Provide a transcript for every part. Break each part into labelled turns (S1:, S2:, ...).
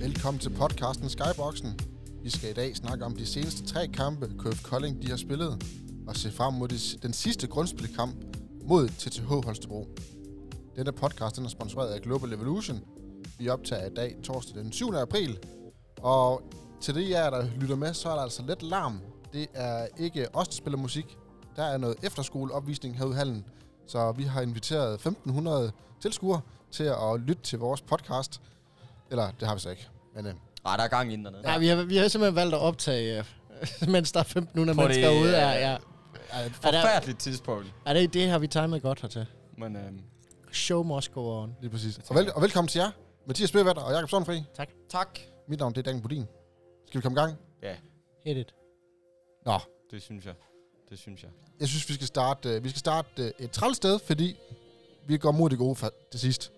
S1: velkommen til podcasten Skyboxen. Vi skal i dag snakke om de seneste tre kampe, KF Kolding de har spillet, og se frem mod de- den sidste grundspilkamp mod TTH Holstebro. Denne podcast den er sponsoreret af Global Evolution. Vi optager i dag torsdag den 7. april, og til det jer, der lytter med, så er der altså lidt larm. Det er ikke os, der spiller musik. Der er noget efterskoleopvisning herude i hallen, så vi har inviteret 1500 tilskuere til at lytte til vores podcast. Eller, det har vi så ikke. Men øh,
S2: Nej, der er gang inden dernede.
S3: Ja. Nej, vi har, vi har simpelthen valgt at optage, øh, mens der er 1.500
S2: På det,
S3: mennesker ude. Ja,
S2: øh,
S3: ja.
S1: ej,
S2: Forfærdeligt tidspunkt.
S3: Ja, det, det har vi timet godt hertil.
S2: Men øhm,
S3: Show must go on.
S1: lige præcis. Og, vel, og velkommen til jer, Mathias Bøvatter og Jakob Sonnenfri.
S2: tak.
S1: Mit navn det er Daniel Budin. Skal vi komme i gang?
S3: Hit it.
S1: Nå,
S2: Det synes jeg. Det synes jeg.
S1: jeg synes, vi skal starte, øh, vi skal starte øh, et træls sted, fordi vi går mod det gode for det sidste.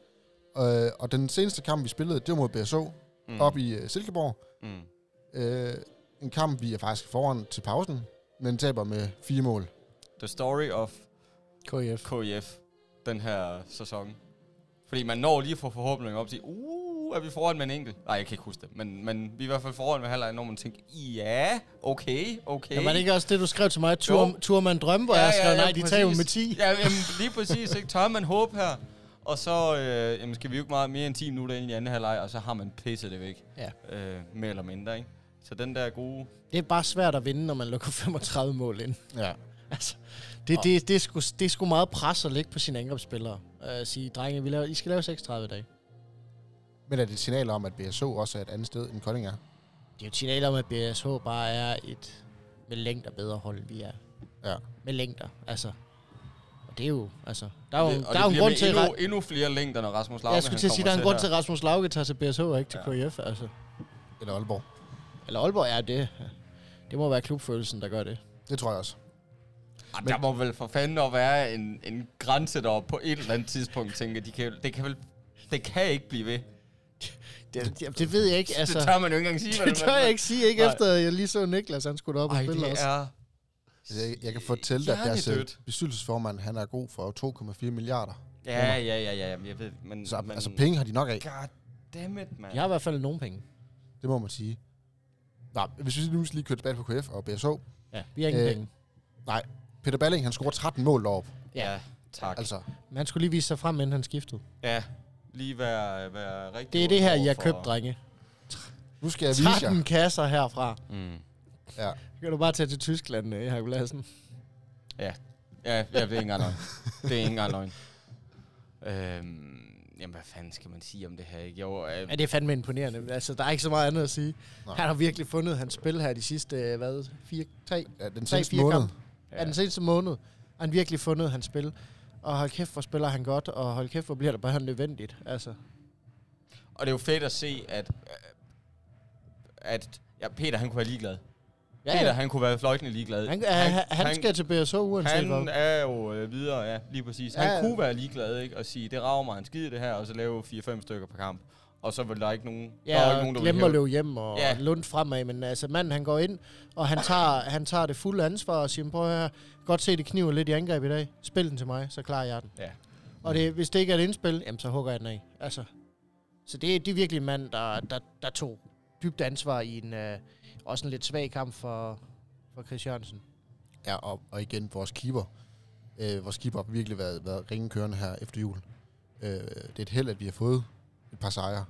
S1: Øh, og den seneste kamp, vi spillede, det var mod BSO mm. op i øh, Silkeborg.
S2: Mm.
S1: Øh, en kamp, vi er faktisk foran til pausen, men taber med fire mål.
S2: The story of
S3: KF.
S2: KIF den her sæson. Fordi man når lige at få forhåbninger op til, uh, er vi foran med en enkelt? Nej, jeg kan ikke huske det, men, men vi er i hvert fald foran med halvleg, når man tænker, ja, okay, okay.
S3: Ja, var det ikke også det, du skrev til mig? Tur, Turman Drømme, hvor ja, jeg skrev, nej, de tager jo med 10.
S2: Ja, jamen, lige præcis, ikke? Tør man håb her? Og så øh, jamen, skal vi jo ikke meget mere end 10 minutter ind i anden halvleg, og så har man pisset det væk.
S3: Ja.
S2: Øh, mere eller mindre, ikke? Så den der gode...
S3: Det er bare svært at vinde, når man lukker 35 mål ind.
S1: Ja.
S3: Altså, det, det, det, er sgu, det er sgu meget pres at lægge på sine angrebsspillere. Øh, sige, drenge, vi laver, I skal lave 36 i dag.
S1: Men er det et signal om, at BSO også er et andet sted, end Kolding er?
S3: Det er jo et signal om, at BSH bare er et med længder bedre hold, end vi er.
S1: Ja.
S3: Med længder, altså. Og det er jo, altså... Der er jo,
S2: det, og
S3: der er
S2: det
S3: jo en
S2: bliver
S3: grund
S2: med
S3: til...
S2: endnu, endnu flere længder, når Rasmus Lauke,
S3: jeg skulle til at sige, der er en grund til, at Rasmus Lauke tager til BSH og ikke til ja. KF, altså.
S1: Eller Aalborg?
S3: Eller Aalborg, ja, det, det må være klubfølelsen, der gør det.
S1: Det tror jeg også.
S2: Jamen, der må vel for fanden at være en, en grænse deroppe på et eller andet tidspunkt, tænker jeg, de kan, det kan vel det kan ikke blive ved.
S3: Det, det, det ved jeg ikke,
S2: Altså,
S3: altså.
S2: det tør man jo ikke engang sige.
S3: Det tør jeg ikke sige, ikke
S2: Nej.
S3: efter, at jeg lige så Niklas, han skulle op og
S2: Ej,
S3: spille
S2: det
S3: også.
S2: er...
S1: Jeg, jeg kan fortælle dig, at deres øh,
S2: Hjernedødt.
S1: bestyrelsesformand, han er god for 2,4 milliarder.
S2: Ja, ja, ja, ja, jamen, jeg ved, men...
S1: Så,
S2: men,
S1: altså penge har de nok af.
S2: God damn it, man.
S3: Jeg har i hvert fald nogen penge.
S1: Det må man sige. Nå, hvis vi nu skal lige kører tilbage på KF og BSO.
S3: Ja, vi har ingen
S1: Øh.
S3: øh. penge.
S1: Peter Balling, han scorer 13 mål deroppe.
S2: Ja, tak. Altså,
S1: Altså,
S3: Men han skulle lige vise sig frem, inden han skiftede.
S2: ja, lige være, være rigtig...
S3: Det er det her,
S2: åben
S3: I har
S2: overfor-
S3: købt, drenge.
S1: nu skal jeg vise jer.
S3: 13 kasser herfra.
S2: Mm.
S1: Ja.
S3: Så kan du bare tage til Tyskland, øh, Jakob Lassen.
S2: Ja, ja, det er ikke engang løgn. Det er ikke engang løgn. Øhm, jamen, hvad fanden skal man sige om det her, ikke? Jo, øh,
S3: Ja, det er fandme imponerende. Altså, der er ikke så meget andet at sige.
S1: Nej.
S3: Nej. Han har virkelig fundet hans spil her de sidste, øh, hvad, fire, tre,
S1: Ja, den
S3: Tre,
S1: seneste
S3: fire
S1: måned.
S3: kamp. ja. af den seneste måned, har han virkelig fundet hans spil. Og hold kæft, hvor spiller han godt, og hold kæft, hvor bliver det bare nødvendigt. Altså,
S2: Og det er jo fedt at se, at, øh, at ja, Peter han kunne være ligeglad. Ja, Peter han kunne være fløjtende ligeglad.
S3: Han, han, han, han skal til BSO uanset han,
S2: han
S3: hvad.
S2: er jo øh, videre, ja, lige præcis. Han
S3: Ja.
S2: kunne være ligeglad, ikke? Og sige, det rager mig en skid det her, og så lave 4-5 stykker per kamp. Og så vil der ikke nogen, der er jo
S3: Ja,
S2: ikke
S3: og
S2: nogen, der vil
S3: glemmer at
S2: hæve-
S3: løbe hjem og
S2: Ja.
S3: ja. lund fremad, men altså manden han går ind, og han tager, han tager det fulde ansvar og siger, prøv at høre, her, godt se det kniver lidt i angreb i dag, spil den til mig, så klarer jeg den.
S2: Ja.
S3: Og det, hvis det ikke er et indspil, jamen så hugger jeg den af. Altså, så det, det er virkelig en mand, der, der, der tog dybt ansvar i en, øh, også en lidt svag kamp for, for Chris Jørgensen.
S1: Ja, og, og igen, vores keeper. Øh, vores keeper har virkelig været, været ringekørende her efter jul. Øh, det er et held, at vi har fået et par sejre.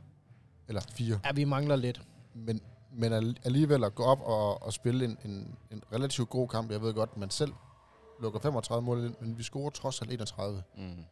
S1: Eller fire.
S3: Ja, vi mangler lidt.
S1: Men, men al- alligevel at gå op og, og spille en, en, en relativt god kamp. Jeg ved godt, at man selv lukker 35 mål ind, men vi scorer trods alt 31.
S2: Mm.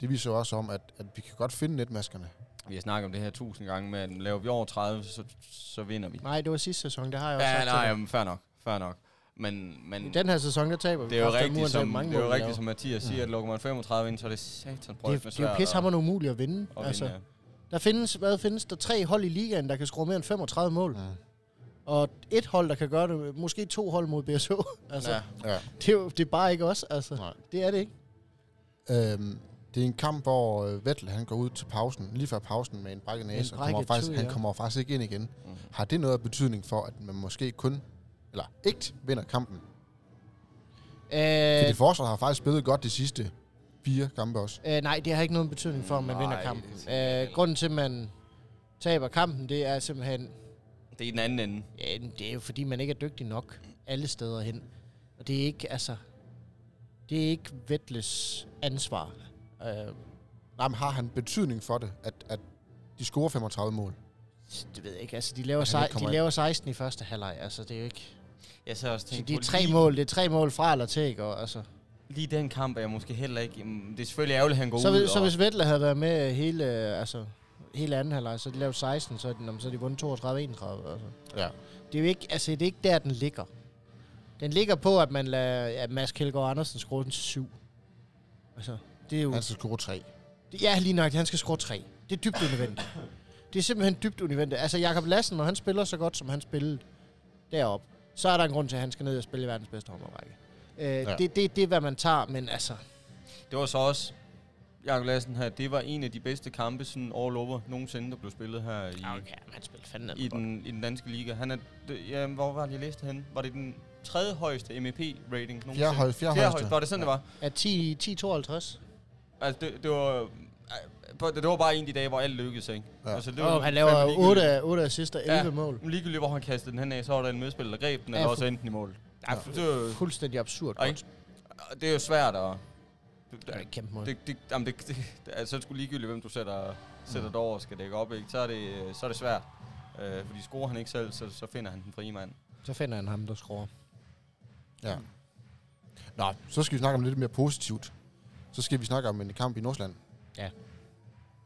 S1: Det viser jo også om, at, at vi kan godt finde netmaskerne.
S2: Vi har snakket om det her tusind gange, men laver vi over 30, så, så vinder vi.
S3: Nej, det var sidste sæson, det har jeg også
S2: Ja,
S3: sagt
S2: nej,
S3: til dig.
S2: jamen, fair nok, fair nok. Men, men
S3: I den her sæson, der taber vi.
S2: det er jo
S3: kraftigt,
S2: rigtigt,
S3: uanset
S2: som,
S3: hvor mange
S2: det er jo
S3: mål vi
S2: rigtigt,
S3: laver.
S2: som Mathias siger, at lukker man 35 ind, så er det satan
S3: Det, er- det er jo pissehammerende umuligt at vinde.
S2: Og
S3: altså,
S2: altså. vinde.
S3: Der findes, hvad findes der? Tre hold i ligaen, der kan score mere end 35 mål.
S1: Mm.
S3: Og et hold, der kan gøre det. Måske to hold mod BSH. altså,
S2: Ja.
S3: ja.
S1: Ja.
S3: det, er jo, det er bare ikke os. Altså.
S1: Nej.
S3: Det er det ikke.
S1: Øhm, det er en kamp, hvor øh, Vettel, han går ud til pausen, lige før pausen med en brækket
S3: en
S1: næse, og
S3: brækket
S1: kommer faktisk,
S3: tø,
S1: han
S3: ja.
S1: kommer faktisk ikke ind igen.
S2: Mm.
S1: Har det noget af betydning for, at man måske kun, eller ikke vinder kampen? Fordi
S3: Øh,
S1: forsvaret har faktisk spillet godt de sidste fire kampe også.
S3: øh, nej, det har ikke nogen betydning for, om man
S2: Nej,
S3: vinder
S2: det
S3: kampen.
S2: tænker jeg
S3: Øh, grunden til, at man taber kampen, det er simpelthen...
S2: Det er i den anden ende.
S3: Ja, men det er jo fordi, man ikke er dygtig nok alle steder hen. Og det er ikke, altså... Det er ikke Vettles ansvar. Øh,
S1: Nej, men har han betydning for det, at, at de scorer 35 mål?
S3: det ved jeg ikke. Altså, de laver,
S1: At han ikke
S3: sej-
S1: kommer
S3: de
S1: ind.
S3: laver 16 i første halvleg. Altså, det er jo ikke...
S2: Jeg så også
S3: Så
S2: tænkt
S3: de er
S2: på
S3: tre
S2: lige,
S3: mål. Det er tre mål fra eller til, ikke? Og, altså.
S2: Lige den kamp er jeg måske heller ikke... mm, Det er selvfølgelig ærgerligt, at han går
S3: så,
S2: ud.
S3: hvis, så
S2: og-
S3: hvis Vettel havde været med hele, øh, altså, hele anden halvleg, så havde de lavet 16, så havde de, nå, men så havde de vundet 32-31. Altså.
S1: Ja.
S3: Det er jo ikke, altså, det er ikke der, den ligger. Den ligger på, at man lader ja, Mads Kjeldgaard Andersen skrue den til 7. Altså, det er jo...
S1: Han skal score 3.
S3: Det, ja, lige nok, han skal score 3. Det er dybt unødvendigt. Det er simpelthen dybt unødvendigt. Altså, Jakob Lassen, når han spiller så godt, som han spillede deroppe, så er der en grund til, at han skal ned og spille i verdens bedste håndboldrække. Øh, ja. det, det, det er, hvad man tager, men altså...
S2: Det var så også... Jakob Lassen her, det var en af de bedste kampe sådan all over nogensinde, der blev spillet her i,
S3: men han spiller fandme
S2: i, den, i den danske liga. Han er, det, ja, hvor var det, jeg læste henne? Var det den tredje højeste MEP-rating nogensinde?
S1: Fjerde, høj, fjerde,
S2: Fjerde
S1: højeste.
S2: højeste. Var det sådan, ja. det var?
S3: Er 10, 10-52?
S2: Altså, det, det var... øh, på- Det var bare en af de dage, hvor alt lykkedes, ikke?
S1: Ja.
S2: Altså, det
S3: Åh, han laver
S2: fandme ligegyldigt.
S3: 8, af- 8 assister, 11 ja. mål.
S2: Men ligegyldigt, hvor han kastede den hen af, så var der en medspiller, der greb den,
S3: Ja,
S2: eller
S3: fu-
S2: også endte den i mål. Ja,
S1: Ja.
S2: det, er jo-
S3: Fuldstændig absurd.
S2: og ikke- og det er jo svært at...
S3: Det er et kæmpe mål.
S2: Det, det, jamen det, det, altså, så er det sgu ligegyldigt, hvem du sætter, sætter dig over og skal dække op, ikke? Så er det, øh, så er det svært. Øh, fordi scorer han ikke selv, så, så finder han den frie mand.
S3: Så finder han ham, der skruer.
S1: Ja. Nå, så skal vi snakke om lidt mere positivt. Så skal vi snakke om en kamp i Nordsjælland.
S3: Ja.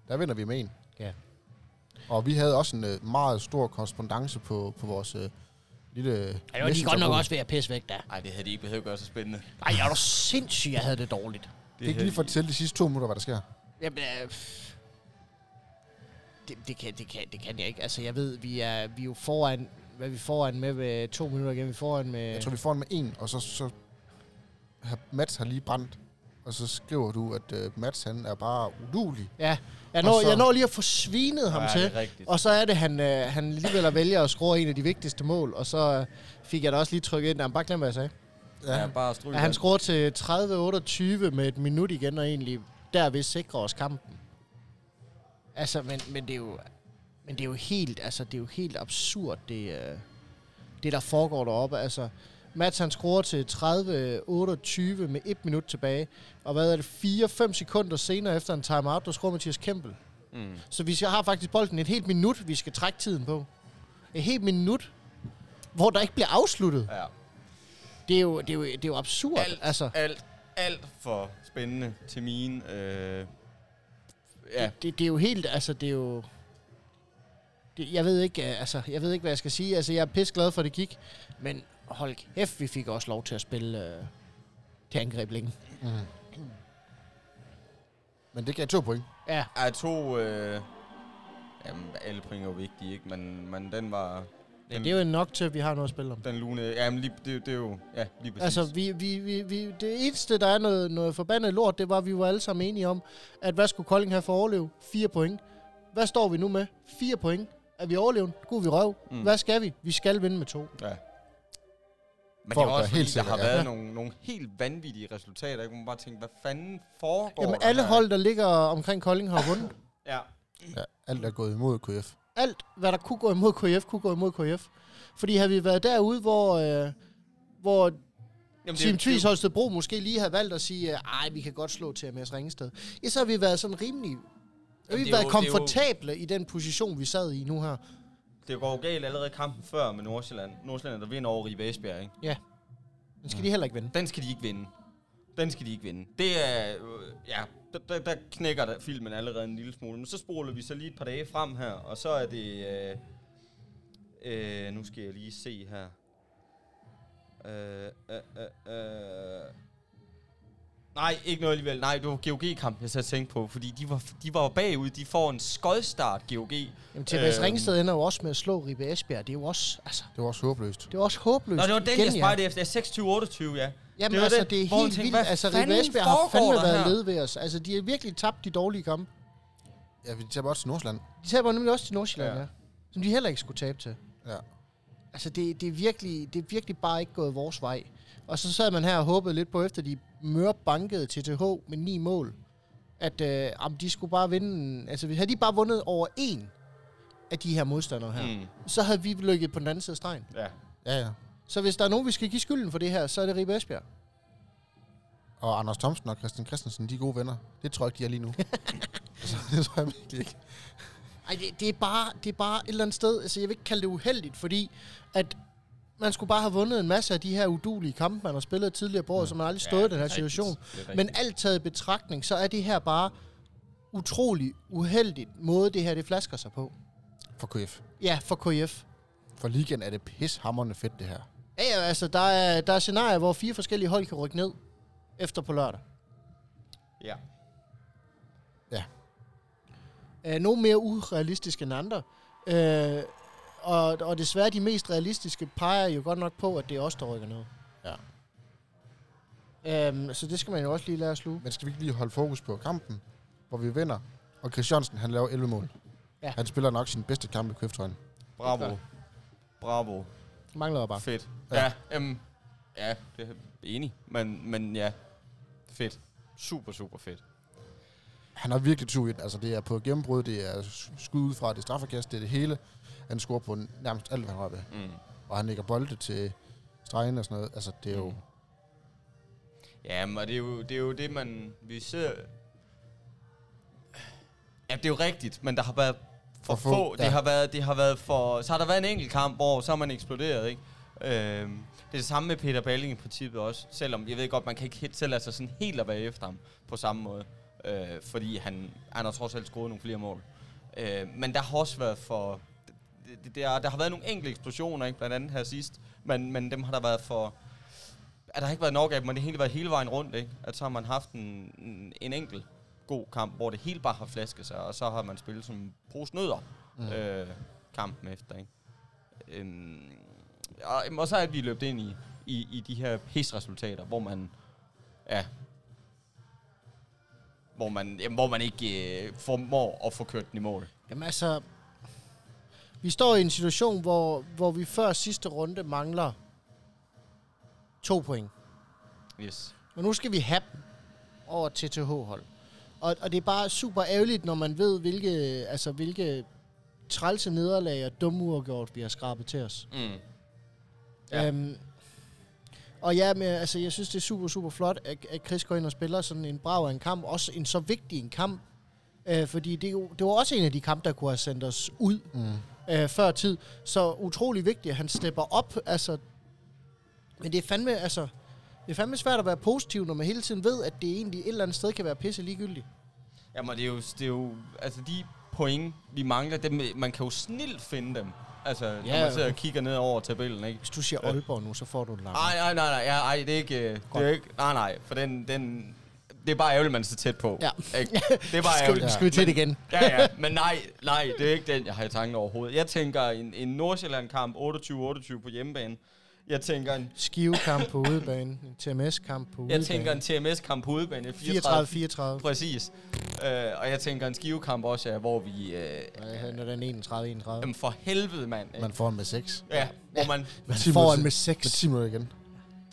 S1: Der vinder vi med en.
S3: Ja.
S1: Og vi havde også en øh, meget stor korrespondence på, på vores øh, lille...
S3: Ja, det var de godt nok også ved at pisse væk der.
S2: Nej, det havde de ikke behøvet at gøre så spændende.
S3: Ej, jeg er da sindssyg, jeg havde det dårligt.
S1: Det kan ikke lige fortælle de sidste to minutter, hvad der sker.
S3: Jamen, øh, det, det, kan, det, kan, det kan jeg ikke. Altså, jeg ved, vi er, vi er jo foran, hvad er vi foran med, med to minutter igen. Vi er foran med...
S1: Jeg tror, vi får den med en, og så... så har- Mats har lige brændt. Og så skriver du, at øh, Mats han er bare udulig.
S3: ja, jeg
S1: Og
S3: når,
S1: så-
S3: jeg når lige at få svinet ham
S2: Ja, det
S3: til.
S2: er rigtigt.
S3: Og så er det, han, øh, han alligevel vælger at score en af de vigtigste mål, og så øh, fik jeg da også lige trykket ind. Jamen, bare glem, hvad jeg sagde.
S2: Ja, bare stryg.
S3: Ja, han scorer til 30-28 med et minut igen, og egentlig derved sikrer os kampen. Altså, men, men det er jo... Men det er jo helt, altså, det er jo helt absurd, det, øh, det der foregår deroppe. Altså, Mats han scorer til 30-28 med et minut tilbage. Og hvad er det, 4-5 sekunder senere efter en timeout, der scorer Mathias Kempel.
S2: Mm.
S3: Så vi skal- har faktisk bolden et helt minut, vi skal trække tiden på. Et helt minut, hvor der ikke bliver afsluttet.
S2: Ja.
S3: Det er jo, det er jo, det er jo absurd.
S2: Alt,
S3: altså.
S2: alt, alt for spændende til mine. Øh, ja,
S3: det, det er jo helt, altså det er jo... Det, jeg ved ikke, øh, altså, jeg ved ikke, hvad jeg skal sige. Altså, jeg er pisse glad for, at det gik. Men hold kæft, vi fik også lov til at spille øh, til angreb længe.
S1: Men det gav to point.
S3: Ja,
S2: er to... Øh, jamen, alle point er jo vigtige, ikke? Men, men den var...
S3: det er jo nok til, at vi har noget at spille om.
S2: Den lune... Jamen, lige, det, det er jo... Ja, lige præcis.
S3: Altså, vi, vi, vi, vi, det eneste, der er noget, noget forbandet lort, det var, at vi var alle sammen enige om, at hvad skulle Kolding have for at overleve? Fire point. Hvad står vi nu med? Fire point. Er vi overlevende? God, vi røv. Mm.
S2: Mm.
S3: Hvad skal vi? Vi skal vinde med to.
S2: Ja. Men
S1: For
S2: det er
S1: at
S2: også
S1: være
S2: fordi,
S1: helt
S2: helt der
S1: sikker,
S2: har
S1: ja.
S2: været
S1: Ja.
S2: nogle, nogle helt vanvittige resultater. Jeg kunne bare tænke, hvad fanden foregår
S3: Jamen,
S2: der
S3: alle
S2: her?
S3: hold, der ligger omkring Kolding, har vundet.
S2: Ja.
S1: Ja, alt er gået imod KF.
S3: alt, hvad der kunne gå imod KF, kunne gå imod KF. Fordi havde vi været derude, hvor, øh, hvor
S2: Jamen,
S3: Team
S2: det, er jo-
S3: Tvis Holstebro måske lige havde valgt at sige, øh, ej, vi kan godt slå til MS Ringsted. Ja, så har vi været sådan rimelig... Har
S2: Jamen,
S3: vi
S2: det er
S3: været
S2: jo- det er jo-
S3: komfortable i den position, vi sad i nu her.
S2: det, er jo- det går jo galt allerede i kampen før med Nordsjælland. Nordsjælland, der vinder over Ribe Esbjerg, ikke?
S3: Den skal de heller ikke vinde.
S2: Den skal de ikke vinde. Den skal de ikke vinde. Det er... Øh, ja, der, der, der knækker der filmen allerede en lille smule. Men så spoler vi så lige et par dage frem her, og så er det... Øh, øh, nu skal jeg lige se her. Øh, øh, øh, øh. Nej, ikke noget alligevel. Nej, det var GOG-kamp, jeg så tænkte på, fordi de var, de var jo bagud. De får en skodstart, GOG.
S3: Jamen, TMS
S2: Øhm.
S3: Ringsted ender jo også med at slå Ribe Esbjerg. Det er jo også, altså,
S1: Det var også håbløst.
S3: det er også håbløst.
S2: Nå, det var den,
S3: igen,
S2: jeg
S3: ja.
S2: spejlede efter. 26-28, ja.
S3: Jamen,
S2: Det var
S3: altså,
S2: den,
S3: det er
S2: hvor man
S3: helt
S2: tænkte,
S3: vildt.
S2: hvad
S3: Altså, Ribe
S2: fanden
S3: Esbjerg har
S2: foregår
S3: fandme
S2: der
S3: været
S2: her?
S3: led ved os. Altså, de har virkelig tabt de dårlige kampe.
S1: Ja, vi taber også til Nordsjælland.
S3: De taber nemlig også til Nordsjælland, ja.
S2: Ja.
S3: ja. Som de heller ikke skulle tabe til.
S1: Ja.
S3: Altså, det, det, er virkelig, det er virkelig bare ikke gået vores vej. Og så sad man her og håbede lidt på, efter de mørbankede TTH med ni mål, at øh, jamen, de skulle bare vinde... Altså, havde de bare vundet over en af de her modstandere her,
S2: Mm.
S3: mm. så havde vi lykket på den anden side af stregen.
S2: Ja.
S1: Ja, ja.
S3: Så hvis der er nogen, vi skal give skylden for det her, så er det Ribe Esbjerg.
S1: Og Anders Thomsen og Christian Christensen, de er gode venner. Det tror jeg ikke, de er lige nu. altså, det tror jeg virkelig ikke.
S3: Ej, det, det, er bare, det er bare et eller andet sted. Altså, jeg vil ikke kalde det uheldigt, fordi at man skulle bare have vundet en masse af de her udulige kampe, man har spillet tidligere på, året, så man aldrig
S2: Mm. Ja,
S3: stået ja, i den her
S2: rigtigt.
S3: situation.
S2: Det er rigtigt.
S3: Men alt taget i betragtning, så er det her bare utrolig uheldigt måde, det her det flasker sig på.
S1: For KF.
S3: Ja, for KF.
S1: For ligaen er det pishammerende fedt, det her.
S3: Ja, ja, altså, der er, der er scenarier, hvor fire forskellige hold kan rykke ned efter på lørdag.
S2: Ja.
S1: Ja.
S3: øh, nogle mere urealistiske end andre. Øh, og, og desværre de mest realistiske peger jo godt nok på, at det er os, der rykker ned.
S1: Ja.
S3: Øhm, så det skal man jo også lige lade os sluge.
S1: Men skal vi ikke lige holde fokus på kampen, hvor vi vinder, og Christiansen, han laver 11 mål.
S3: Ja.
S1: Ja. Han spiller nok sin bedste kamp i KF-trøjen.
S2: Bravo. Bravo.
S3: Mangler bare.
S2: Fedt.
S1: Ja.
S2: Ja, øhm, ja, det er enig. Men, men ja, fedt. Super, super fedt.
S1: Han har virkelig tur i den. Altså, det er på gennembrud, det er skud ud fra, det er straffekast, det er det hele. Han scorer på nærmest alt, hvad han rører ved.
S2: Mm.
S1: Og han lægger bolde til stregen og sådan noget. Altså, det er jo...
S2: Mm. Ja, men det er jo det, er jo det man... Vi ser... Ja, det er jo rigtigt, men der har været for,
S1: For
S2: få.
S1: få,
S2: Det,
S1: ja.
S2: har været, det har været for... Så har der været en enkelt kamp, hvor så har man eksploderet, ikke? Øhm, det er det samme med Peter Balling i princippet også, selvom jeg ved godt, man kan ikke helt selv altså sådan helt at være efter ham på samme måde, øh, fordi han, han har trods alt scoret nogle flere mål. Øh, men der har også været for... Det, det, der, der har været nogle enkelte eksplosioner, ikke? blandt andet her sidst, men, men dem har der været for, at der har ikke været nok af dem, og det har egentlig været hele vejen rundt, ikke? At så har man haft en, en- en enkelt god kamp, hvor det hele bare har flasket sig, og så har man spillet som en pose nødder mm. øh, kampen efter, ikke? Øhm, og, jamen, og så er vi løbet ind i, i, i de her pisresultater, hvor man, ja, hvor man, jamen, hvor man ikke øh, formår at få kørt den i mål.
S3: Jamen altså, vi står i en situation, hvor, hvor vi før sidste runde mangler to point.
S2: Yes.
S3: Men nu skal vi have dem over TTH-hold. Og, og det er bare super ærgerligt, når man ved, hvilke, altså, hvilke trælse nederlag og dumme uafgjort, vi har skrabet til os.
S2: Mm. Ja.
S3: Ja. Øhm, og ja, men, altså, jeg synes, det er super, super flot, at, at Chris går ind og spiller sådan en brav af en kamp. Også en så vigtig en kamp. Øh, fordi det, er jo- det var også en af de kampe, der kunne have sendt os ud
S1: Mm.
S3: øh, før tid. Så utrolig vigtigt, at han stepper op. Altså, men det er fandme, altså, det er fandme svært at være positiv, når man hele tiden ved, at det egentlig et eller andet sted kan være pisse ligegyldigt.
S2: Jamen, det er jo, det er jo altså de point, vi mangler, dem, man kan jo snilt finde dem. Altså, ja, når
S3: Ja,
S2: man sidder
S3: ja.
S2: og kigger ned over tabellen, ikke?
S3: Hvis du siger Aalborg nu, så får du en lang.
S2: Nej, nej, nej, nej, ja, ej, det er ikke, øh, det er ikke, nej, nej, for den, den, det er bare ærgerligt, man er så tæt på.
S3: Ja.
S2: Ikke? Det er bare
S3: Skal vi-
S2: ærgerligt.
S3: skal vi til
S2: Men-
S3: det igen?
S2: Ja, ja, men nej, nej, det er ikke den, jeg har i tanken overhovedet. Jeg tænker en, en Nordsjælland-kamp 28-28 på hjemmebane. Jeg tænker en,
S3: Skivekamp på udebane, en TMS-kamp på udebane.
S2: jeg tænker en TMS-kamp på udebane 34
S3: 34-34.
S2: Præcis. Øh, og jeg tænker en skivekamp også, ja, hvor vi... Øh,
S3: Ja, når den 31-31.
S2: Jamen for helvede, mand. Ikke?
S1: Man får en med 6.
S2: ja, hvor man
S3: Man
S1: 10
S3: får
S1: minutter
S3: en med
S1: til-
S3: seks.
S1: Med 10 minutter igen.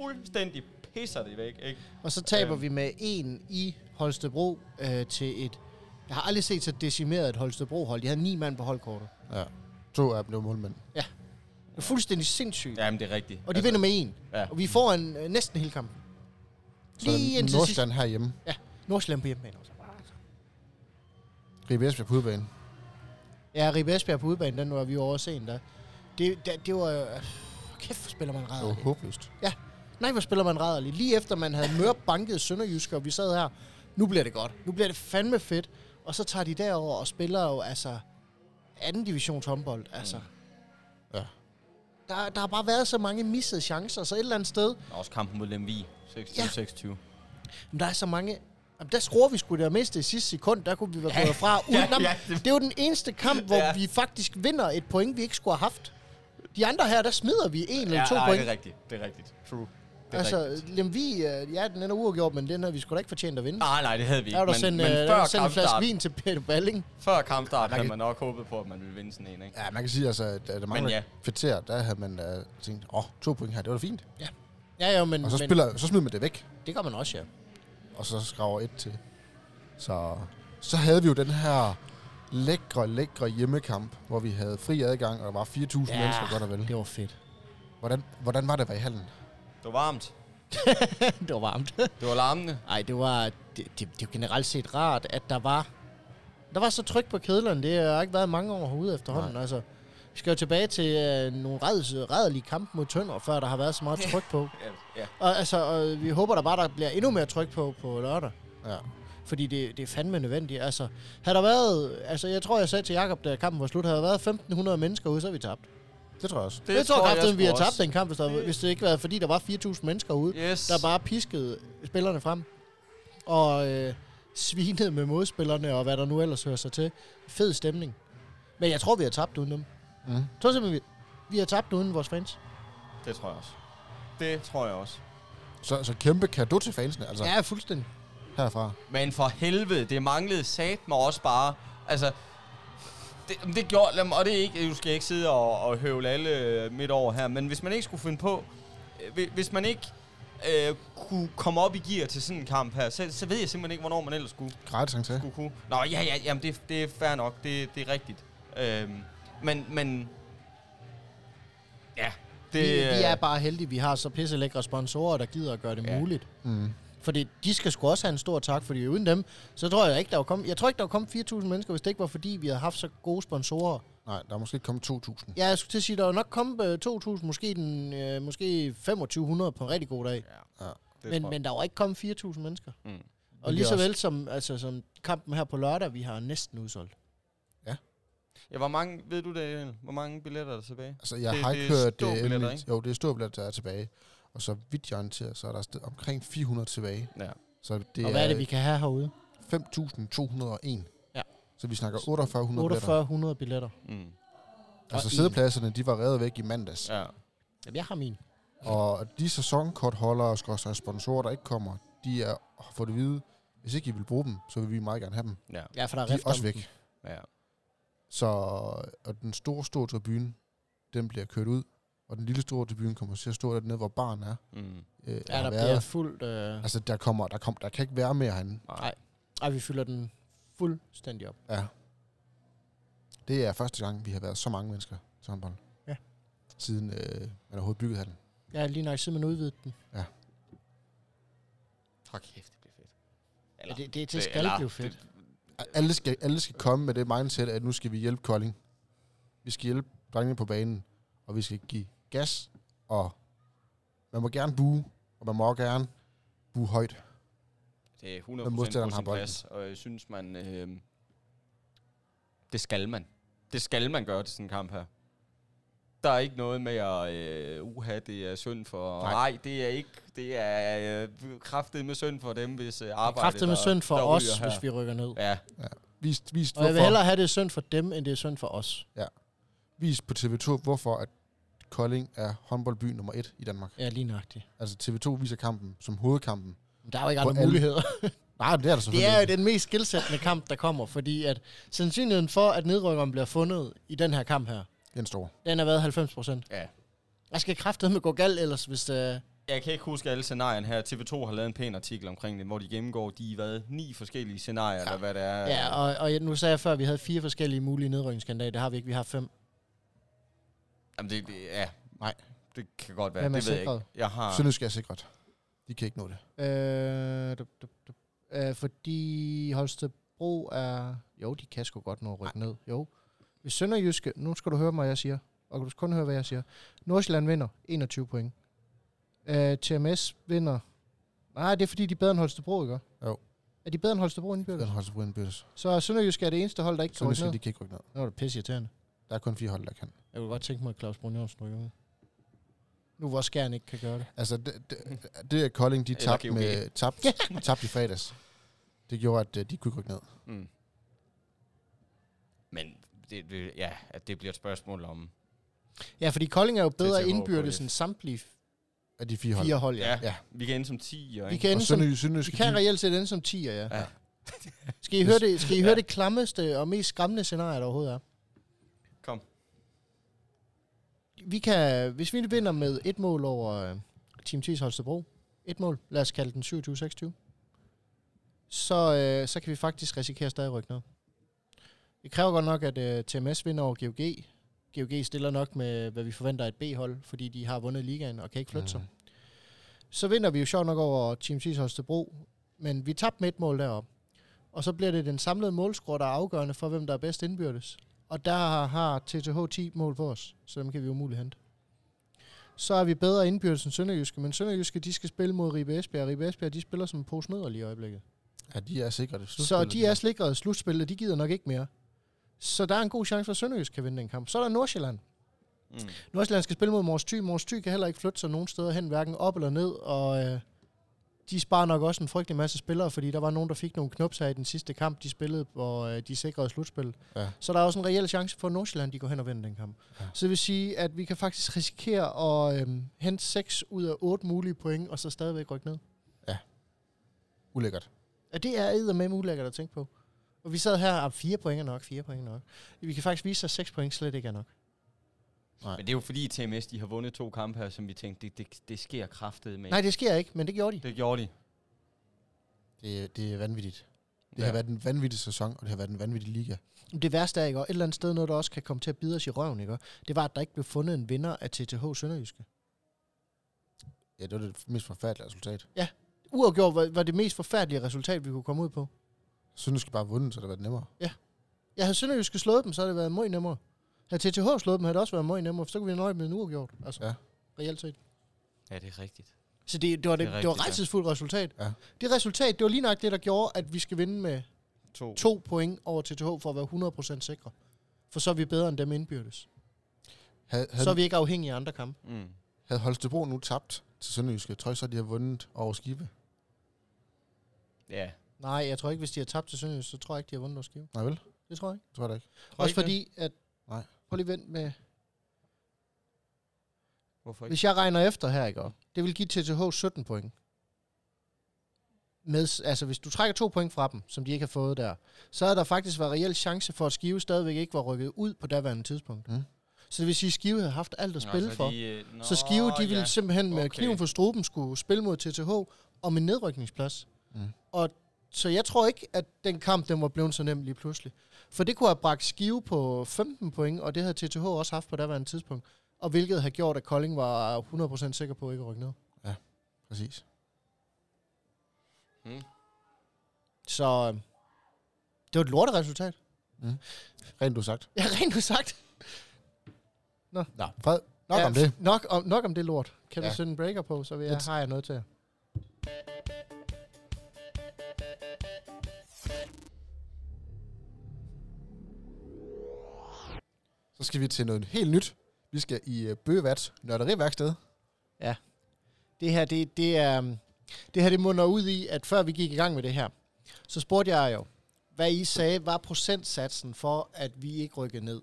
S2: fuldstændig pisser det væk, ikke?
S3: Og så taber
S2: Øhm.
S3: vi med en i Holstebro øh, til et... Jeg har aldrig set så decimeret et Holstebro-hold. De havde ni mand på holdkortet.
S1: Ja. To af dem blev målmænd.
S3: Det er fuldstændig sindssygt. Ja.
S2: Jamen, det er rigtigt.
S3: Og de vinder med en.
S2: Ja.
S3: Og vi får en øh, næsten hele kampen.
S1: Så
S3: Lige indtil sidst.
S1: Nordsjælland herhjemme.
S3: Ja, Nordsjælland på hjemmebane også.
S1: Ribe Esbjerg på udebane.
S3: Ja, Ribe Esbjerg på udebane, den var vi jo oversen der. Det, det, det var... Øh, kæft, hvor spiller man
S1: Det var
S3: rædderligt.
S1: håbløst.
S3: Ja. Nej, hvor spiller man rædderligt. Lige efter man havde mør banket Sønderjysk, og vi sad her. Nu bliver det godt. Nu bliver det fandme fedt. Og så tager de derover og spiller jo altså anden divisions håndbold.
S2: Mm.
S3: Altså.
S1: Ja.
S3: Der, der har bare været så mange missede chancer, så et eller andet sted,
S2: Og Altså, også kampen mod Lemvi. 26-26. Ja.
S3: jamen, der er så mange... Jamen, der skruer vi sgu det mindste i sidste sekund, der kunne vi være gået fra. Uden,
S2: ja,
S3: ja, ja,
S2: ja, det-
S3: det... det er jo den eneste kamp, hvor
S2: Ja.
S3: ja. vi faktisk vinder et point, vi ikke skulle have haft. De andre her, der smider vi en eller
S2: Ja,
S3: to
S2: nej,
S3: point.
S2: det er rigtigt. Det er rigtigt. True. Det er altså,
S3: Altså,
S2: rigtigt.
S3: Lemvi, øh, ja, den er uafgjort, men den havde vi sgu da ikke fortjent at vinde.
S2: Nej, nej, det havde vi ikke.
S3: Der var der
S2: men,
S3: sendt,
S2: men
S3: øh, der
S2: før,
S3: var sendt en flaske
S2: kampstart,
S3: vin til Peter Balling.
S2: før kampstart havde
S1: kan-
S2: man nok håbet på, at man ville vinde sådan en, ikke?
S1: Ja, man kan sige, altså, at der mangler
S2: ja.
S1: ja. kvarter, der havde man uh, tænkt, åh, oh, to point her, det var da fint.
S3: Ja. Ja, jo, men,
S1: Og så,
S3: men
S1: spiller, så smider man det væk,
S3: det gør man også, ja.
S1: og så skraver et til. Så, så havde vi jo den her lækre, lækre hjemmekamp, hvor vi havde fri adgang, og der var 4.000 ja.
S3: Ja.
S1: mennesker, godt og vel.
S3: Det var fedt.
S1: Hvordan, hvordan var det at være i hallen?
S2: Det var varmt.
S3: det var varmt.
S2: Det var larmende.
S3: Nej, det var det, det, det er jo generelt set rart, at der var der var så tryk på kedlerne. Det har ikke været mange år herude efterhånden. Nej. Altså, vi skal jo tilbage til øh, nogle rædsel- rædelige kampe mod Tønder, før der har været så meget tryk på.
S2: Ja, ja.
S3: Og altså, og vi håber der bare, der bliver endnu mere tryk på på lørdag.
S1: Ja.
S3: Fordi det, det er fandme nødvendigt. Altså, havde der været... Altså, jeg tror, jeg sagde til Jakob, da kampen var slut, havde der været 1.500 mennesker ude, så havde vi tabt.
S1: Det tror jeg også.
S3: Det jeg tror kraftigt, vi har
S2: sgu
S3: tabt
S2: også.
S3: den kamp, hvis, der, hvis det ikke var, fordi der var 4.000 mennesker ude.
S2: Yes.
S3: der bare piskede spillerne frem og øh, svinede med modspillerne og hvad der nu ellers hører sig til. Fed stemning. Men jeg tror, vi har tabt uden dem.
S1: Mm.
S3: Jeg tror simpelthen, vi, vi har tabt uden vores fans.
S2: Det tror jeg også. Det tror jeg også.
S1: Så, så kæmpe kado til fansene, altså ja.
S3: Ja, fuldstændig.
S1: herfra.
S2: Men for helvede, det manglede sat mig også bare. Altså, det, men det gjorde, lad mig, og det er ikke, du skal ikke sidde og, og høvle alle øh, midt over her, men hvis man ikke skulle finde på, øh, hvi- hvis man ikke øh, kunne komme op i gear til sådan en kamp her, så, så ved jeg simpelthen ikke, hvornår man ellers skulle,
S1: Gratis til.
S2: skulle kunne. Nå, ja, ja, jamen det, det er fair nok, det, det er rigtigt. Øhm, men, men, ja, det...
S3: Vi, vi er
S2: øh,
S3: bare heldige, vi har så pisse lækre sponsorer, der gider at gøre det
S2: Ja.
S3: ja. muligt.
S1: Mm.
S3: Fordi de skal sgu også have en stor tak, fordi uden dem, så tror jeg ikke, der var kommet... Jeg tror ikke, der var kommet 4.000 mennesker, hvis det ikke var, fordi vi havde haft så gode sponsorer.
S1: Nej, der er måske kommet 2.000.
S3: Ja, jeg skulle til at sige, der var nok kommet øh, 2.000, måske, den, øh, måske 2.500 på en rigtig god dag.
S2: Ja,
S1: Ja.
S2: det tror
S3: Men,
S2: jeg.
S3: men der var ikke kommet 4.000 mennesker.
S2: Mm.
S3: Mm.
S1: det
S3: Og lige
S1: er
S3: så
S1: også-
S3: vel som, altså, som kampen her på lørdag, vi har næsten udsolgt.
S2: Ja, hvor mange, ved du det, Emil? Hvor mange billetter er der tilbage?
S1: Altså, jeg
S2: Det-
S1: det, har
S2: det
S1: ikke
S2: er
S1: hørt det.
S2: ståbilletter,
S1: endeligt.
S2: ikke?
S1: Jo, det er storbilletter, der er tilbage. Og så vidt jeg orienterer, så er der sted, omkring 400 tilbage.
S2: Ja.
S1: Så det
S3: og hvad er det, vi kan have herude?
S1: 5.201.
S3: Ja.
S1: Så vi snakker 4800 billetter.
S3: 4800 billetter.
S2: Mm.
S1: Altså
S3: og en.
S1: sædepladserne, de var revet væk i mandags. Ja.
S2: Ja.
S3: Jamen, jeg har min.
S1: Og de sæsonkortholdere og skorstræk sponsorer, der ikke kommer, de er har fået det vide, hvis ikke I vil bruge dem, så vil vi meget gerne have dem.
S2: Ja.
S3: Ja, for der er,
S1: De er
S3: rift om
S1: også væk.
S3: den.
S2: ja.
S1: Så og den store, store tribune, den bliver kørt ud, og den lille store tribune kommer til at stå dernede, hvor barn er.
S2: Mm.
S1: Øh,
S3: Ja, der
S1: har
S3: bliver fuldt... Øh,
S1: Altså, der, kommer, der, kom, der kan ikke være mere herinde.
S2: Nej.
S3: ej, vi fylder den fuldstændig op.
S1: Ja. Det er første gang, vi har været så mange mennesker til håndbold.
S3: Ja.
S1: Siden øh, man overhovedet byggede hallen.
S3: Ja, lige nok siden man udvidede den.
S2: Fuck kæft, det bliver fedt.
S3: Ja,
S2: Eller,
S3: det, det, det skal
S2: eller-
S3: blive fedt.
S1: Alle skal, alle skal komme med det mindset, at nu skal vi hjælpe Kolding. Vi skal hjælpe drengene på banen, og vi skal give gas, og man må gerne bue, og man må også gerne bue højt.
S2: det er 100%
S1: Men modstanderen
S2: på
S1: har
S2: sin
S1: bolden.
S2: plads, og jeg synes, man... Øh, det skal man. Det skal man gøre til sådan en kamp her. Der er ikke noget med at, øh, uha, det er synd for...
S1: Nej.
S2: Nej, nej det er ikke... Det er øh, kraftet med synd for dem, hvis øh, arbejdet...
S3: Kræftet med
S2: der-
S3: synd for
S2: der
S3: os,
S2: ryger her.
S3: hvis vi rykker ned.
S2: Ja,
S1: Vis, vis,
S3: Og jeg vil
S1: hvorfor,
S3: hellere have det er synd for dem, end det er synd for os.
S1: vis på TV2, hvorfor at Kolding er håndboldby nummer et i Danmark.
S3: Ja, lige nøgtigt.
S1: Altså TV2 viser kampen som hovedkampen.
S3: Men Der er jo ikke
S1: På
S3: andre
S1: alle-
S3: muligheder.
S1: Nej, det er der
S3: Det
S1: selvfølgelig.
S3: er jo den mest skilsættende kamp, der kommer, fordi at sandsynligheden for, at nedrykkeren bliver fundet i den her kamp her,
S1: det. Den store.
S3: den har været 90 procent.
S2: ja.
S3: Jeg skal kraftedeme gå galt ellers, hvis øh, det
S2: Jeg kan ikke huske alle scenarierne her. TV2 har lavet en pæn artikel omkring det, hvor de gennemgår de hvad, ni forskellige scenarier, ja. eller hvad det er. øh,
S3: Ja, og, og jeg- nu sagde jeg før, at vi havde fire forskellige mulige nedrykningskandidater. Det har vi ikke, vi har fem.
S2: Jamen, det, det, ja. Nej, det kan godt være.
S3: Hvem er
S2: det ved jeg
S3: sikret?
S2: ikke. Jeg har...
S1: Sønderjysk er sikret. De kan ikke nå det.
S3: Øh, dup, dup, dup. Øh, fordi Holstebro er... Jo, de kan sgu godt nå at rykke ned. Jo. Hvis Sønderjyske... Nu skal du høre mig, jeg siger. Og du skal kun høre, hvad jeg siger. Nordsjælland vinder 21 point. Øh, TMS vinder... Nej, det er fordi, de er bedre end Holstebro, ikke?
S1: Jo.
S3: Er de bedre end Holstebro indbyrdes?
S1: Den holder sig på indbyrdes.
S3: Så Sønderjyske er det eneste hold, der ikke kan rykke
S1: Sønderjysk
S3: ned.
S1: de kan ikke rykke ned.
S3: Nu er det pisse irriterende.
S1: Der er kun fire hold, der kan.
S3: Jeg kunne godt tænke mig, at Claus Brun Jørgensen rykker ud. Nu hvor Skjern ikke kan gøre det.
S1: Altså, det, det,
S3: Mm.
S1: det er Kolding, de
S2: Eller
S1: tabte,
S2: GOG.
S1: med, tabte, tabte i fredags. Det gjorde, at øh, de kunne ikke rykke ned.
S2: Mm. Men det, det, ja, at det bliver et spørgsmål om...
S3: Ja, fordi Kolding er jo
S2: til at
S3: bedre
S2: håbe på,
S3: indbyrdes
S2: yes.
S3: end samtlige
S1: Af de fire hold.
S3: fire hold. Ja.
S2: Ja,
S3: ja.
S2: ja. vi kan ende som 10, og
S3: Vi
S2: ikke?
S3: kan,
S1: Og
S3: ende som,
S1: Sønderjysk,
S3: vi
S1: Sønderjysk,
S3: kan
S1: de,
S3: reelt set ende som 10'er, ja.
S2: Ja.
S3: Skal I høre det, skal I høre det klammeste og mest skræmmende scenarie, der overhovedet er?
S2: Kom.
S3: Vi kan, hvis vi vinder med et mål over øh, Team T's Holstebro, et mål, lad os kalde den 27-26, så, øh, så kan vi faktisk risikere at stadig rykke ned. Det kræver godt nok, at øh, TMS vinder over GOG. GOG stiller nok med, hvad vi forventer af et B-hold, fordi de har vundet ligaen og kan ikke flytte mm. sig. Så vinder vi jo sjovt nok over Team Seas Holstebro, men vi tabte med et mål deroppe. Og så bliver det den samlede målscore, der er afgørende for, hvem der er bedst indbyrdes. Og der har TTH 10 mål på os, så dem kan vi umuligt hente. Så er vi bedre indbyrdes end Sønderjyske, men Sønderjyske de skal spille mod Ribe Esbjerg. Ribe Esbjerg de spiller som en pose nødder lige i øjeblikket.
S1: Ja, de er sikkert. et
S3: Så
S1: slutspil,
S3: de er slikkede i slutspillet, og de gider nok ikke mere. Så der er en god chance for, at Sønderjysk kan vinde den kamp. Så er der Nordsjælland.
S2: Mm.
S3: Nordsjælland skal spille mod Mors Thy. Mors Thy kan heller ikke flytte sig nogen steder hen, hverken op eller ned, og øh, de sparer nok også en frygtelig masse spillere, fordi der var nogen, der fik nogle knups her i den sidste kamp, de spillede, hvor øh, de sikrede slutspillet.
S1: Ja.
S3: Så der er også en reel chance for, at Nordsjælland de går hen og vinder den kamp.
S1: Ja.
S3: Så det vil sige, at vi kan faktisk risikere at øh, hente 6 ud af 8 mulige point, og så stadigvæk rykke ned.
S1: Ulækkert.
S3: Og det er æder med ulækkert at tænke på. Og vi sad her, og fire point er nok, fire point er nok. Vi kan faktisk vise sig, at seks point slet ikke er nok.
S2: Men det er jo fordi TMS, de har vundet to kampe her, som vi tænkte, det, det, det sker kraftet med.
S3: Nej, det sker ikke, men det gjorde de.
S2: Det gjorde de.
S1: Det, det er vanvittigt. Det ja. har været en vanvittig sæson, og det har været en vanvittig liga.
S3: Det værste er, ikke, og et eller andet sted, noget der også kan komme til at bide os i røven, ikke, og det var, at der ikke blev fundet en vinder af TTH Sønderjyske.
S1: Ja, det var det mest forfærdelige resultat.
S3: Uafgjort var, var det mest forfærdelige resultat, vi kunne komme ud på.
S1: Synes skal bare have vundet, så det har været nemmere.
S3: Jeg havde Sønderjyske slået dem, så havde det været meget nemmere. Havde TTH slået dem, havde det også været meget nemmere, for så kunne vi nøje med en uafgjort. Altså,
S1: Ja.
S3: ja. reelt set.
S2: Ja, det er rigtigt.
S3: Så det, det var, det,
S2: Det
S3: det,
S2: er
S3: det var
S2: rigtigt, ja.
S3: rejsesfuldt resultat.
S1: Ja.
S3: Det resultat, det var lige nok det, der gjorde, at vi skal vinde med
S2: To.
S3: to point over TTH for at være 100% sikre. For så er vi bedre end dem indbyrdes.
S1: Havde, havde,
S3: Så er vi ikke afhængige af andre kampe.
S2: Mm.
S1: havde Holstebro nu tabt til Sønderjyske, tror jeg så, de har vundet over Skive.
S2: Ja.
S3: Nej, jeg tror ikke, hvis de har tabt til Sønderjysk, så tror jeg ikke, de har vundet noget skive.
S1: Nej vel?
S3: Det tror jeg ikke.
S1: Tror jeg da ikke.
S2: Tror
S3: Også
S2: ikke det?
S3: fordi, at...
S1: Nej.
S3: Prøv lige vent med...
S2: Hvorfor ikke?
S3: Hvis jeg regner efter her, ikke? og Det vil give TTH 17 point. Med, s- altså, hvis du trækker to point fra dem, som de ikke har fået der, så havde der faktisk været reelt chance for, at Skive stadigvæk ikke var rykket ud på daværende tidspunkt.
S1: Mm.
S3: Så det vil sige, at Skive havde haft alt at spille for.
S2: De, øh, nå,
S3: Så Skive, de ville
S2: ja.
S3: simpelthen med
S2: Okay.
S3: okay. kniven for struben skulle spille mod TTH om en nedrykningsplads.
S1: Mm.
S3: Mm. Og så jeg tror ikke, at den kamp, den var blevet så nem lige pludselig. For det kunne have bragt Skive på 15 point, og det havde TTH også haft på daværende tidspunkt. Og hvilket har gjort, at Kolding var 100% sikker på ikke at rykke ned.
S1: Præcis.
S3: Så øh, det var et lortet resultat.
S1: Rent du sagt.
S3: Jeg har rent sagt.
S1: Nå, fred. Nok ja. om det.
S3: Nok om, nok om det lort. Kan ja.
S1: Ja.
S3: du sætte en breaker på, så vil jeg,
S1: Lidt.
S3: har jeg noget til jer.
S1: Så skal vi til noget helt nyt. Vi skal i uh, Bøvat Nørderiværksted.
S3: Det her, det, det er... øhm, Det her, det munder ud i, at før vi gik i gang med det her, så spurgte jeg jo, hvad I sagde, var procentsatsen for, at vi ikke rykkede ned.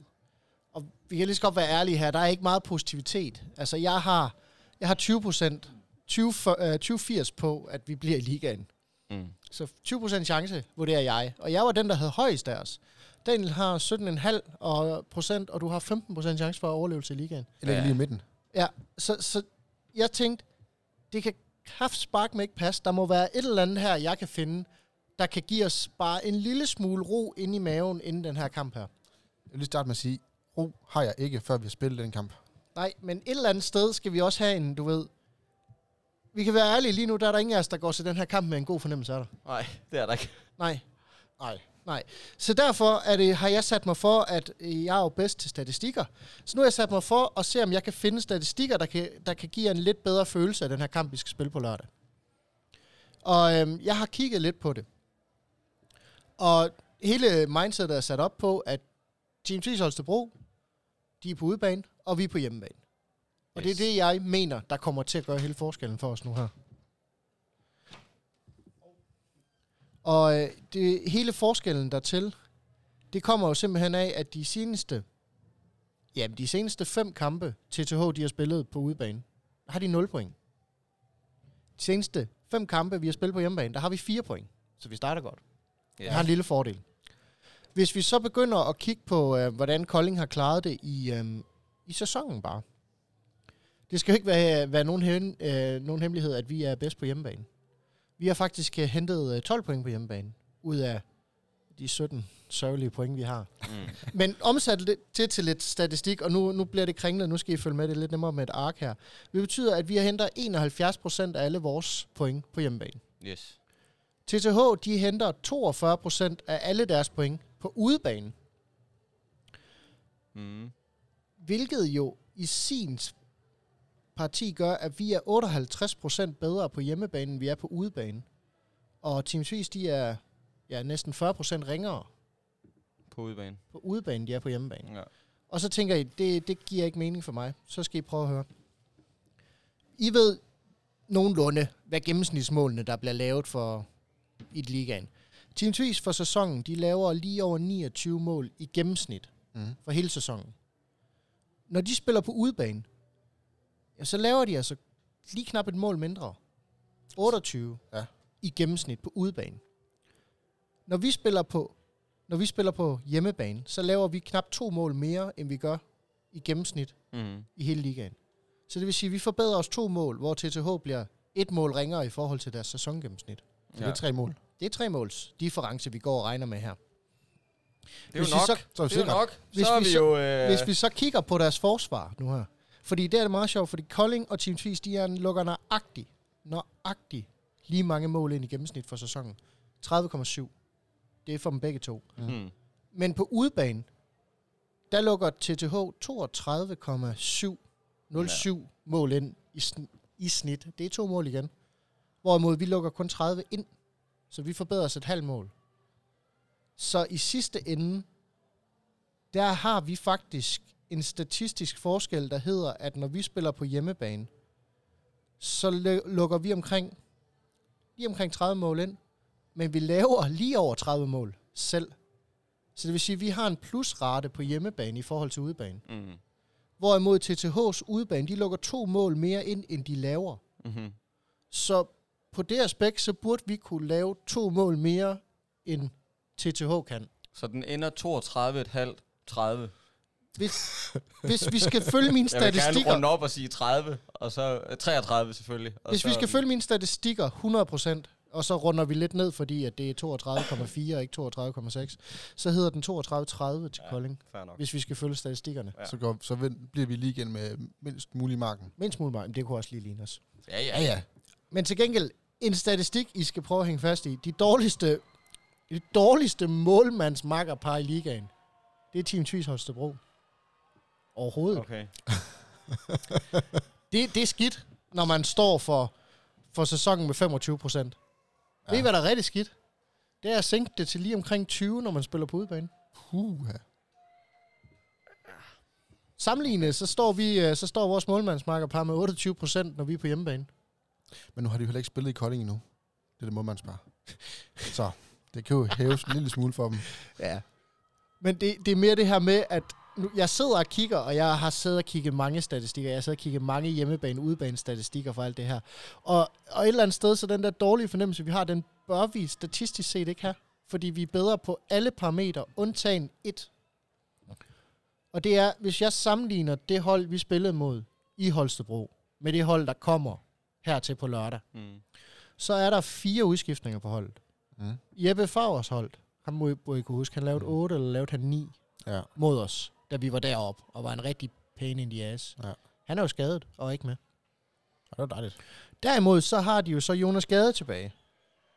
S3: Og vi kan lige så godt være ærlige her, der er ikke meget positivitet. Altså, jeg har, jeg har 20 procent, 20, for- øh, 20-80 på, at vi bliver i ligaen.
S2: Mm.
S3: Så 20% chance, vurderer jeg. Og jeg var den, der havde højst af os. Daniel har 17,5 og procent, og du har 15% chance for at overleve til ligaen.
S1: Eller
S2: Ja.
S1: ja. lige i midten.
S3: Ja, så, så jeg tænkte, det kan kraftspark med ikke passe. Der må være et eller andet her, jeg kan finde, der kan give os bare en lille smule ro ind i maven inden den her kamp her.
S1: Jeg vil lige starte med at sige, ro har jeg ikke, før vi har spillet den kamp.
S3: Nej, men et eller andet sted skal vi også have en, du ved... Vi kan være ærlige lige nu, der er der ingen af os, der går til den her kamp med en god fornemmelse af dig.
S2: Nej, det er der ikke.
S3: Nej.
S1: Nej.
S3: Nej. Så derfor er det, har jeg sat mig for, at øh, jeg er jo bedst til statistikker. Så nu har jeg sat mig for at se, om jeg kan finde statistikker, der kan, der kan give jer en lidt bedre følelse af den her kamp, vi skal spille på lørdag. Og øhm, jeg har kigget lidt på det. Og hele mindsetet er sat op på, at Team Tvis Holstebro, de er på udebane, og vi er på hjemmebane. Og yes. det
S2: Yes.
S3: er det, jeg mener, der kommer til at gøre hele forskellen for os nu her. Og øh, det, hele forskellen dertil, det kommer jo simpelthen af, at de seneste, jamen de seneste fem kampe, TTH de har spillet på udebane, der har de 0 point. De seneste fem kampe, vi har spillet på hjemmebane, der har vi 4 point. Så vi starter godt. Ja. Jeg har en lille fordel. Hvis vi så begynder at kigge på, øh, hvordan Kolding har klaret det i, øh, i sæsonen bare. Det skal jo ikke være, være nogen, hen, øh, nogen hemmelighed, at vi er bedst på hjemmebane. Vi har faktisk øh, hentet øh, 12 point på hjemmebane, ud af de 17, sørgelige point, vi har.
S2: Mm.
S3: Men omsat det til, til lidt statistik, og nu, nu bliver det kringlet, nu skal I følge med, det er lidt nemmere med et ark her. Det betyder, at vi henter 71 procent af alle vores point på hjemmebane.
S2: Yes.
S3: TTH, de henter 42 procent af alle deres point på udebane,
S2: Mm.
S3: hvilket jo i sin parti gør, at vi er 58 procent bedre på hjemmebanen, end vi er på udebane. Og Team Swiss, de er ja, næsten 40 procent ringere
S2: På udebane.
S3: på udebane, end de er på hjemmebane.
S2: Ja.
S3: Og så tænker I, det, det giver ikke mening for mig. Så skal I prøve at høre. I ved nogenlunde, hvad gennemsnitsmålene, der bliver lavet for i ligaen. Team Tvis for sæsonen, de laver lige over 29 mål i gennemsnit
S1: Mm.
S3: for hele sæsonen. Når de spiller på udebane, ja, så laver de altså lige knap et mål mindre. 28
S1: Ja.
S3: i gennemsnit på udebane. Når vi spiller på når vi spiller på hjemmebane, så laver vi knap to mål mere, end vi gør i gennemsnit
S2: Mm.
S3: i hele ligaen. Så det vil sige, at vi forbedrer os to mål, hvor TTH bliver et mål ringere i forhold til deres sæsongennemsnit.
S1: Så det er tre mål.
S3: Det er tre måls difference, vi går og regner med her.
S2: Det er jo
S3: Hvis I
S2: nok.
S3: så-
S1: Så er vi
S2: det er jo
S1: sikre.
S2: nok.
S3: Hvis
S2: så er
S3: vi
S2: vi,
S3: så-
S2: jo... Øh,
S3: Hvis vi så kigger på deres forsvar nu her. Fordi det er det meget sjovt, fordi Kolding og Team Tvis, de er lukker nøjagtigt, nøjagtigt lige mange mål ind i gennemsnit for sæsonen. 30,7. Det er for dem begge to.
S2: mm.
S3: Men på udebane, der lukker TTH 32,707 ja. mål ind i, sn- i snit. Det er to mål igen. Hvorimod vi lukker kun 30 ind, så vi forbedrer os et halvt mål. Så i sidste ende, der har vi faktisk en statistisk forskel, der hedder, at når vi spiller på hjemmebane, så lu- lukker vi omkring, lige omkring 30 mål ind, men vi laver lige over 30 mål selv. Så det vil sige, at vi har en plusrate på hjemmebane i forhold til udebane.
S2: Mm.
S3: Hvorimod TTH's udebane, de lukker to mål mere ind, end de laver.
S2: Mm-hmm.
S3: Så på det aspekt, så burde vi kunne lave to mål mere, end TTH kan.
S2: Så den ender 32,5, 30.
S3: Hvis vi skal følge mine
S2: Jeg vil gerne runde
S3: statistikker,
S2: op og sige 30, og så øh, 33 selvfølgelig. Og
S3: hvis
S2: så,
S3: vi skal følge mine statistikker 100%, og så runder vi lidt ned, fordi at det er 32,4 og ikke 32,6, så hedder den 32,30 til Kolding,
S2: Fair nok.
S3: hvis vi skal følge statistikkerne.
S2: Ja.
S1: Så, går, så vind- bliver vi lige igen med mindst mulig marken.
S3: Mindst muligt, meget, men det kunne også lige ligne os.
S2: Ja, ja.
S1: ja.
S3: Men til gengæld, en statistik, I skal prøve at hænge fast i. De dårligste, de dårligste målmandsmakkerpar i ligaen, det er Team Tvis Holstebro. Overhovedet. Okay.
S2: Okay.
S3: Det, det er skidt, når man står for, for sæsonen med 25 procent. Ja. Ved I, hvad der er rigtig skidt? Det er at sænke det til lige omkring 20, når man spiller på udebane.
S1: Uh,
S3: Sammenlignet, så står, vi, øh, så står vores målmandsmakkerpar med 28 procent, når vi er på hjemmebane.
S1: Men nu har de jo heller ikke spillet i Kolding endnu. Det er det målmandspar. Så det kan jo hæves en lille smule for dem.
S3: Ja. Men det, det er mere det her med, at nu, jeg sidder og kigger, og jeg har siddet og kigget mange statistikker. Jeg har siddet og kigget mange hjemmebane udebane statistikker for alt det her. Og, og et eller andet sted, så den der dårlige fornemmelse, vi har, den bør vi statistisk set ikke have. Fordi vi er bedre på alle parametre, undtagen et. Og det er, hvis jeg sammenligner det hold, vi spillede mod i Holstebro, med det hold, der kommer hertil på lørdag,
S2: Mm.
S3: så er der fire udskiftninger på holdet.
S1: Mm.
S3: Jeppe Favres hold, han må, I- må I kunne huske, han lavede
S1: Mm.
S3: 8 eller lavede han 9
S1: Ja.
S3: mod os, da vi var deroppe og var en rigtig pain in the ass.
S1: Ja.
S3: Han er jo skadet og er ikke med.
S1: Og det var dejligt.
S3: Derimod så har de jo så Jonas Gade tilbage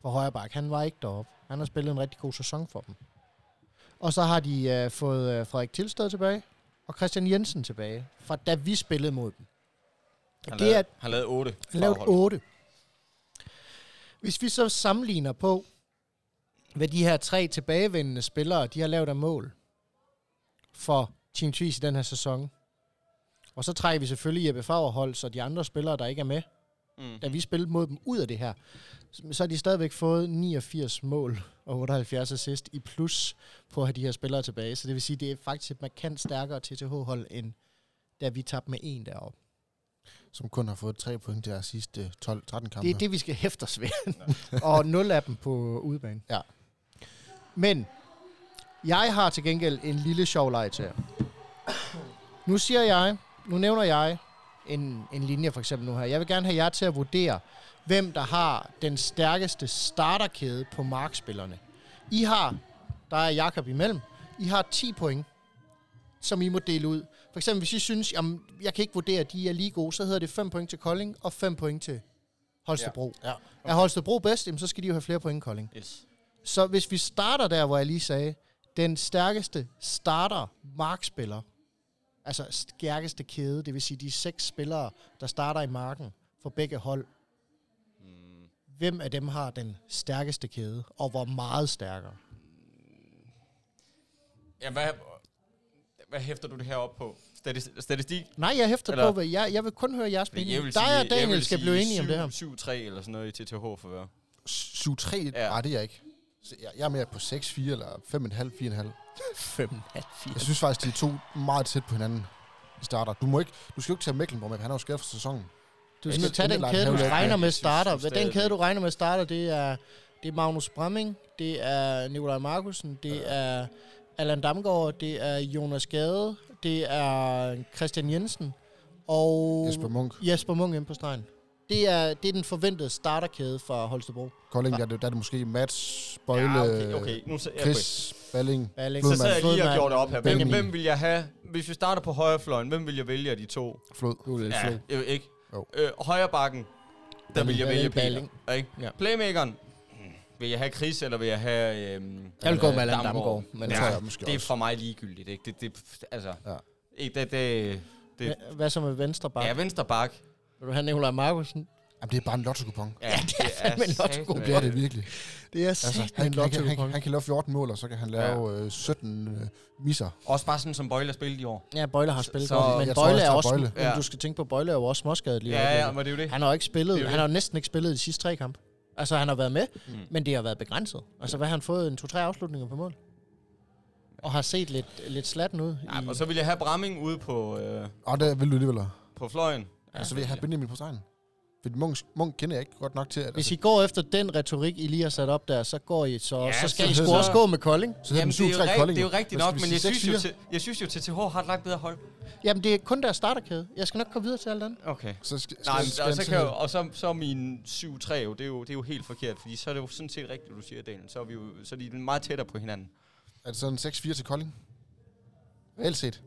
S3: på højre bak. Han var ikke deroppe. Han har spillet en rigtig god sæson for dem. Og så har de øh, fået øh, Frederik Tilstad tilbage og Christian Jensen tilbage, fra da vi spillede mod dem.
S2: Han,
S3: Og
S2: lavede, han lavede 8.
S3: han lavede 8. Hvis vi så sammenligner på, hvad de her tre tilbagevendende spillere, de har lavet af mål for Team Tvis i den her sæson. Og så trækker vi selvfølgelig Jeppe Fagerholz og de andre spillere, der ikke er med,
S2: Mm.
S3: da vi spillede mod dem ud af det her. Så har de stadigvæk fået 89 mål og 78 assist i plus på at have de her spillere tilbage. Så det vil sige, det er faktisk et markant stærkere TTH-hold, end da vi tabte med en deroppe.
S1: Som kun har fået tre point til deres sidste 12-13 kampe.
S3: Det er det, vi skal hæfte os ved. og nul af dem på udebane.
S1: Ja.
S3: Men jeg har til gengæld en lille sjov leg til jer. Nu siger jeg, nu nævner jeg en, en linje for eksempel nu her. Jeg vil gerne have jer til at vurdere, hvem der har den stærkeste starterkæde på markspillerne. I har der er Jakob imellem. I har 10 point, som I må dele ud. For eksempel, hvis I synes, jamen, jeg kan ikke vurdere, at de er lige gode, så hedder det 5 point til Kolding og 5 point til Holstebro.
S1: Ja.
S3: Er Holstebro bedst, jamen, så skal de jo have flere point end Kolding.
S2: Yes.
S3: Så hvis vi starter der, hvor jeg lige sagde, den stærkeste starter markspiller, altså stærkeste kæde, det vil sige de seks spillere, der starter i marken for begge hold,
S2: Mm.
S3: hvem af dem har den stærkeste kæde, og hvor meget stærkere?
S2: Ja, hvad, hvad hæfter du det her op på? Statis- statistik?
S3: Nej, jeg hæfter
S2: Eller-
S3: på, hvad jeg, jeg vil kun høre jeres
S2: Jeg
S3: mening.
S2: vil
S3: Dig
S2: sige-
S3: og
S2: jeg
S3: Daniel
S2: vil
S3: skal
S2: sige
S3: blive enige om
S2: syv-
S3: det her.
S2: 7-3 eller sådan noget i TTH for hver.
S1: 7-3?
S2: Ja.
S1: Ja. Nej, det er jeg ikke. Så Jeg jeg er mere på 6-4 eller 5,5-4,5.
S3: 5,5.
S1: Jeg synes faktisk, de er to meget tæt på hinanden i starter. Du, må ikke, du skal jo ikke tage Mecklenburg med, for han er jo skadet for sæsonen.
S3: Du
S1: Jeg
S3: skal
S1: synes,
S3: tage den
S1: Inderlein
S3: kæde, du
S1: havde jo ikke
S3: regner med
S2: rigtig
S3: starter.
S2: succes
S3: Den kæde,
S2: stadigvæk.
S3: du regner med starter, det er, det er Magnus Bramming, det er Nikolaj Markusen, det er Allan Damgaard, det er Jonas Gade, det er Christian Jensen
S2: Oh.
S3: og
S1: Jesper Munk.
S3: Jesper Munk inde på stregen. Det er, det er den forventede starterkæde fra Holstebro.
S1: Kolding, der, der er det måske Mats, Bøjle,
S2: Ja, okay, okay. Nu så, ja,
S1: Chris, Balling.
S3: Balling.
S2: Så
S1: Flodmand.
S2: sad jeg lige og gjorde det op her. Hvem,
S1: Benjamin.
S2: hvem vil jeg have? Hvis vi starter på højrefløjen, hvem vil jeg vælge af de to?
S1: Flod.
S3: Du er
S2: Ja, jeg ved ikke.
S1: Jo.
S2: Øh, højre bakken, der vil jeg
S3: Balling,
S2: vælge Peter.
S3: Balling.
S2: Ikke?
S3: Ja.
S2: Playmakeren, vil jeg have Chris, eller vil jeg have øhm,
S3: Jeg vil gå med Allan
S2: Damgaard?
S3: Damgaard, men
S1: Det
S2: ja,
S1: tror jeg måske
S2: det er
S1: også.
S2: for mig ligegyldigt. Ikke? Det, det, altså,
S1: Ja.
S2: ikke, det, det, det,
S3: Hvad så med venstre bak?
S2: ja,
S3: Ja.
S2: venstre bak.
S3: Vil du have Nikolaj Markusen?
S1: Jamen, det er bare en lotto-coupon.
S2: Ja, det er
S3: fandme en lotto.
S2: satme-
S1: Det bliver det virkelig.
S3: Det er
S1: Altså,
S3: altså,
S1: han,
S3: en
S1: han, kan, han,
S3: lotto
S1: han kan lave 14 mål, og så kan han lave øh, 17 øh, misser.
S2: Også bare sådan, som Bøjle har spillet i år.
S3: Ja, Bøjle har spillet
S2: Så-
S3: så, godt, men
S1: Jeg tror
S3: Bøjle
S1: også,
S3: er
S1: det er
S3: også...
S1: Bøjle.
S3: Men
S2: Ja.
S3: Du skal tænke på, Bøjle er jo også småskadet lige i
S2: Ja, ja,
S3: øjeblikket.
S2: men det er jo det.
S3: Han har jo ikke spillet,
S2: Det er jo
S3: han har jo næsten ikke spillet i de sidste tre kampe. Altså, han har været med,
S2: Mm.
S3: mm. men det har været begrænset. Altså, hvad har han fået? En to-tre afslutninger på mål? Og har set lidt, lidt slatten ud.
S2: Ja,
S3: i,
S2: og så vil jeg have Bramming ude på, øh,
S1: Og der vil du alligevel have.
S2: på fløjen.
S1: Ja, så vil jeg have Benjamin på stregen. Fordi Munk, Munk kender jeg ikke godt nok til, at...
S3: hvis
S1: Altså,
S3: I går efter den retorik, I lige har sat op der, så går I, så,
S2: Ja,
S3: ja, så skal
S2: så-
S3: I sgu
S2: så-
S3: også gå med Kolding.
S1: så hedder
S2: Jamen,
S1: den
S2: det, er
S1: 7-3
S2: jo rigt,
S1: Kolding.
S2: det er jo rigtigt
S1: Hvad
S2: nok,
S1: skal vi
S2: men
S1: sige,
S2: jeg synes, jo,
S1: 6-4?
S2: til, jeg synes jo, til TTH har et langt bedre hold.
S3: Jamen, det er kun deres starterkæde. Jeg skal nok komme videre til alt andet.
S2: Okay.
S1: Så skal, skal,
S2: Nej, men,
S1: skal
S2: og,
S1: han
S2: så
S1: så
S2: kan jeg,
S1: hedde-
S2: jo- og så, så er min 7-3 jo det, er jo, det er jo helt forkert, fordi så er det jo sådan set rigtigt, du siger, Daniel. Så er, vi jo, så er de meget tættere på hinanden.
S1: Er det sådan 6-4 til Kolding? Reelt set.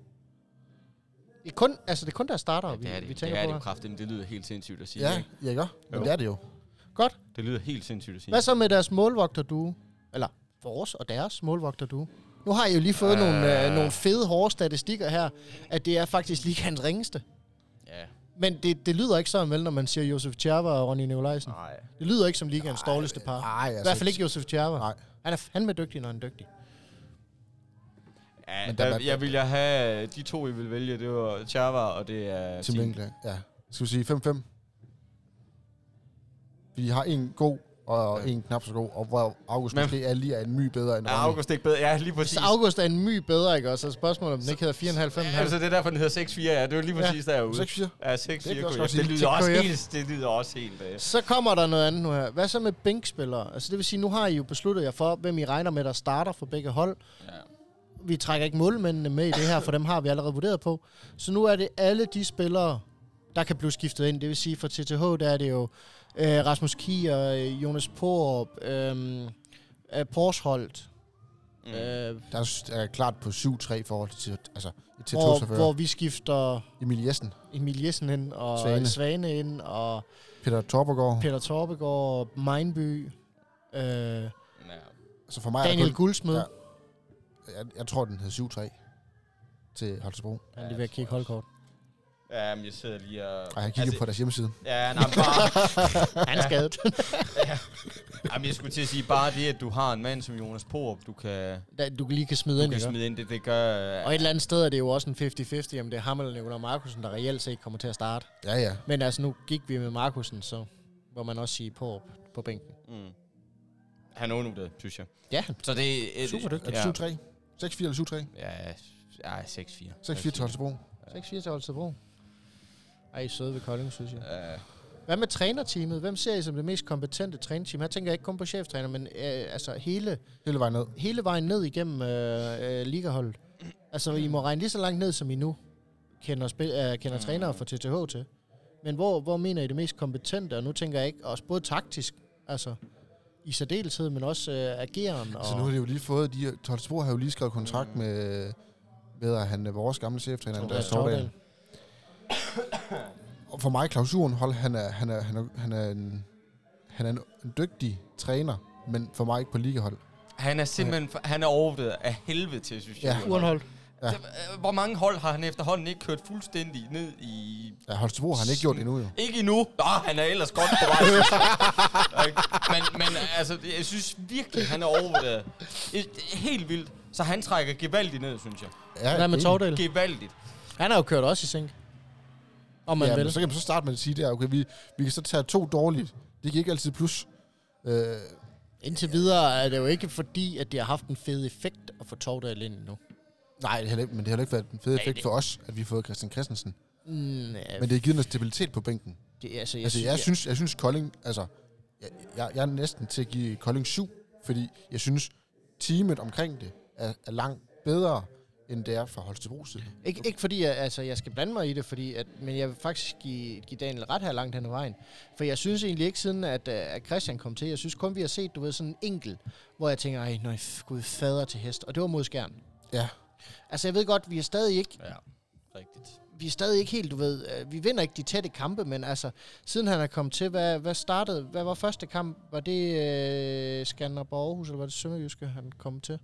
S3: Det er kun, altså, det er kun deres starter, ja,
S2: det er
S3: vi,
S2: det,
S3: vi
S2: det,
S3: tænker
S2: er
S3: på
S2: det jo
S3: her.
S2: kraftigt, men det lyder helt sindssygt at sige.
S1: Ja,
S2: ikke?
S1: ja, ikke? Men
S2: Jo.
S1: det er det jo.
S3: Godt.
S2: Det lyder helt sindssygt at sige.
S3: Hvad så med deres målvogterdue? Eller vores og deres målvogterdue? Nu har I jo lige fået
S2: Øh.
S3: øh. nogle, øh, nogle fede, hårde statistikker her, at det er faktisk ligands ringeste.
S2: Ja,
S3: Men det, det lyder ikke sådan vel, når man siger Josef Tjerva og Ronny Nikolajsen.
S2: nej.
S3: Det lyder ikke som ligands dårligste par.
S1: Nej, altså...
S3: I hvert fald ikke Josef Tjerva.
S1: Nej.
S3: Han er fandme dygtig, når han er dygtig.
S2: Ja,
S1: Men
S2: men
S1: der
S2: der,
S1: var-
S2: jeg ville have øh, de to, I ville vælge. Det var Chava, og det er
S1: Tim
S2: Tim.
S1: Winkler, ja. Skal vi sige 5-5? Vi har en god og
S2: Ja.
S1: en knap så god, og hvor August
S2: Men-
S1: måske er lige er en my bedre end
S2: Er
S1: Ronny.
S2: August ikke bedre? Ja, lige præcis.
S3: Så August er en my bedre, ikke også? Så er spørgsmålet, om den ikke hedder 4,5-5,5.
S2: Altså, det er derfor, den hedder 6-4. Ja, det var lige
S3: Ja.
S2: præcis ja. derude.
S1: 6-4.
S2: Ja, 6-4
S1: Det kan også
S2: KF.
S1: godt
S2: Det
S1: sige.
S2: lyder også
S3: KF.
S2: helt... Det lyder også helt... øh,
S3: Så kommer der noget andet nu her. Hvad så med bænkspillere? Altså det vil sige, nu har I jo besluttet jer for, hvem I regner med, der starter for begge hold.
S2: Ja.
S3: Vi trækker ikke målmændene med i det her, for dem har vi allerede vurderet på. Så nu er det alle de spillere, der kan blive skiftet ind. Det vil sige, for TTH, der er det jo øh, Rasmus Kier, øh, Jonas Porup, øh, øh, Porsholt,
S2: Mm.
S3: øh,
S1: Der er- er klart på 7-3 i forhold til, altså, til
S3: hvor, hvor
S1: Tosafører.
S3: vi skifter
S1: Emil Jessen,
S3: Emil Jessen ind, og Svane,
S1: Svane.
S3: Svane ind, og
S1: Peter Torbergaard.
S3: Peter Torbegaard, Meinby, øh,
S2: Ja.
S1: Så for mig er
S3: Daniel
S1: det kun,
S3: Guldsmed.
S1: Ja. jeg, jeg tror, den hed 7-3 til Holstebro.
S3: Han er lige ved at kigge holdkort.
S2: Ja, men jeg sidder lige og... Altså,
S1: Og jeg kigger på deres hjemmeside.
S2: Ja, nej, bare,
S3: Han er skadet.
S2: jamen, jeg skulle til at sige, bare det, at du har en mand som Jonas Porup, du kan,
S3: Da- du lige kan smide
S2: du
S3: ind,
S2: kan
S3: ikke?
S2: smide ind, det, det gør... øh,
S3: Og et eller andet sted er det jo også en 50-50, om det er ham eller Nikolaj Markusen, der reelt set kommer til at starte.
S1: Ja, ja.
S3: Men altså, nu gik vi med Markusen, så må man også sige på, på bænken.
S2: Mm. Han er undervurderet, synes jeg.
S3: Ja,
S2: Så det er...
S3: Super dygtig.
S1: Er
S2: Ja,
S1: det 7-3? 6-4 eller 7-3?
S2: ja, ja 6-4.
S1: 6-4 til Holstebro.
S3: 6-4 til Holstebro. Ej, I er søde ved Kolding, synes jeg.
S2: Ja.
S3: Hvad med trænerteamet? Hvem ser I som det mest kompetente trænerteam? Her tænker jeg ikke kun på cheftræner, men øh, altså hele,
S1: Hele vejen ned.
S3: hele vejen ned igennem øh, øh, ligaholdet. Altså, I må regne lige så langt ned, som I nu kender, spil, øh,
S1: Mm.
S3: kender trænere for TTH til. Men hvor, hvor mener I det mest kompetente? Og nu tænker jeg ikke også både taktisk, altså i særdeleshed, men også øh, ageren.
S1: Altså nu har de jo lige fået, de, Tolsbo har jo lige skrevet kontrakt mm. med, med at han er vores gamle cheftræner,
S3: og
S1: Andreas Stordal. Og for mig, Claus Jurenhold, han er, han er, han er, han er, en, han er en, en dygtig træner, men for mig ikke på ligahold.
S2: Han er simpelthen for, han er overvurderet af helvede til, synes jeg.
S1: Ja.
S3: Urenholdt.
S2: Ja. Hvor mange hold har han efterhånden ikke kørt fuldstændig ned i
S1: Ja, Holstebro har han ikke gjort endnu, jo.
S2: Ikke endnu. Nå, han er ellers godt på vej. Ikke? men, men altså, det- jeg synes virkelig, han er overvurderet. Et- Helt vildt. Så han trækker gevaldigt ned, synes jeg.
S1: Ja,
S3: Hvad med
S1: enig.
S3: Tordal?
S2: Gevaldigt.
S3: Han har jo kørt også i sænk. Om man
S1: Ja,
S3: vil.
S1: men så kan man så starte med at sige, der, okay, vi, vi kan så tage to dårlige. Det gik ikke altid plus. Øh,
S3: Indtil videre er det jo ikke fordi, at det har haft en fed effekt at få Tordal ind nu.
S1: nej, det har heller ikke, men det har heller ikke været en fed
S3: Nej,
S1: effekt
S3: det-
S1: for os, at vi har fået Christian Christensen.
S3: Mm, ja,
S1: Men det har givet noget stabilitet på bænken.
S3: det, altså, jeg,
S1: Altså, jeg
S3: jeg,
S1: synes, jeg synes Kolding, altså, jeg, jeg, jeg er næsten til at give Kolding 7, fordi jeg synes, teamet omkring det er, er langt bedre, end det er fra Holstebro side.
S3: Ikke, ikke fordi, jeg, altså, jeg skal blande mig i det, fordi at, men jeg vil faktisk give, give Daniel ret her langt hen ad vejen. For jeg synes egentlig ikke siden, at, øh, at Christian kom til, jeg synes kun, vi har set, du ved, sådan en enkelt, hvor jeg tænker, ej, nej, f- gud, fader til hest. Og det var mod skærn.
S1: Ja,
S3: Altså, jeg ved godt, vi er stadig ikke,
S2: Ja, rigtigt.
S3: vi er stadig ikke helt, du ved, øh, vi vinder ikke de tætte kampe, men altså, siden han er kommet til, hvad, hvad startede, hvad var første kamp? Var det øh, Skanderborg Aarhus, eller var det Sønderjyske, han kom til?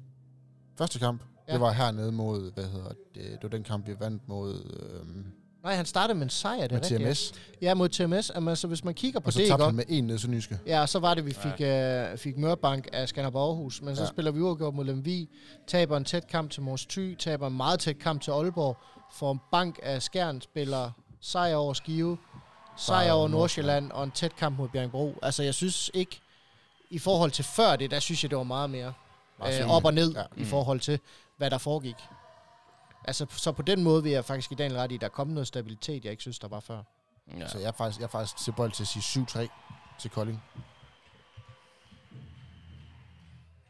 S1: første kamp, ja.
S3: Ja.
S1: det var hernede mod, hvad hedder det, det var den kamp, vi vandt mod, øhm,
S3: Nej, han startede med en sejr, det er
S1: med TMS,
S3: rigtigt. Ja, mod TMS. Jamen, altså, hvis man kigger på
S1: og så
S3: det,
S1: tabte
S3: ikke?
S1: han med en ned sønderjyske.
S3: Ja, og så var det, vi fik, øh, fik Mørbank af Skanderborg Aarhus, men så
S1: Ja.
S3: spiller vi uafgjort mod Lemvi, taber en tæt kamp til Mors Thy, taber en meget tæt kamp til Aalborg, får en bank af Skjern, spiller sejr over Skive, sejr
S1: Sejr over
S3: over Nordsjælland og en tæt kamp mod Bjergbro. Altså, jeg synes ikke, i forhold til før det, der synes jeg, det var meget mere
S1: Meget
S3: øh,
S1: synligt.
S3: op og ned
S1: Ja. Mm.
S3: ja. i forhold til, hvad der foregik. Altså, så på den måde vil jeg faktisk i dag ret i, at der er kommet noget stabilitet, jeg ikke synes, der var før.
S2: Ja.
S1: Så jeg er faktisk, jeg er faktisk til bold til at sige 7-3 til Kolding.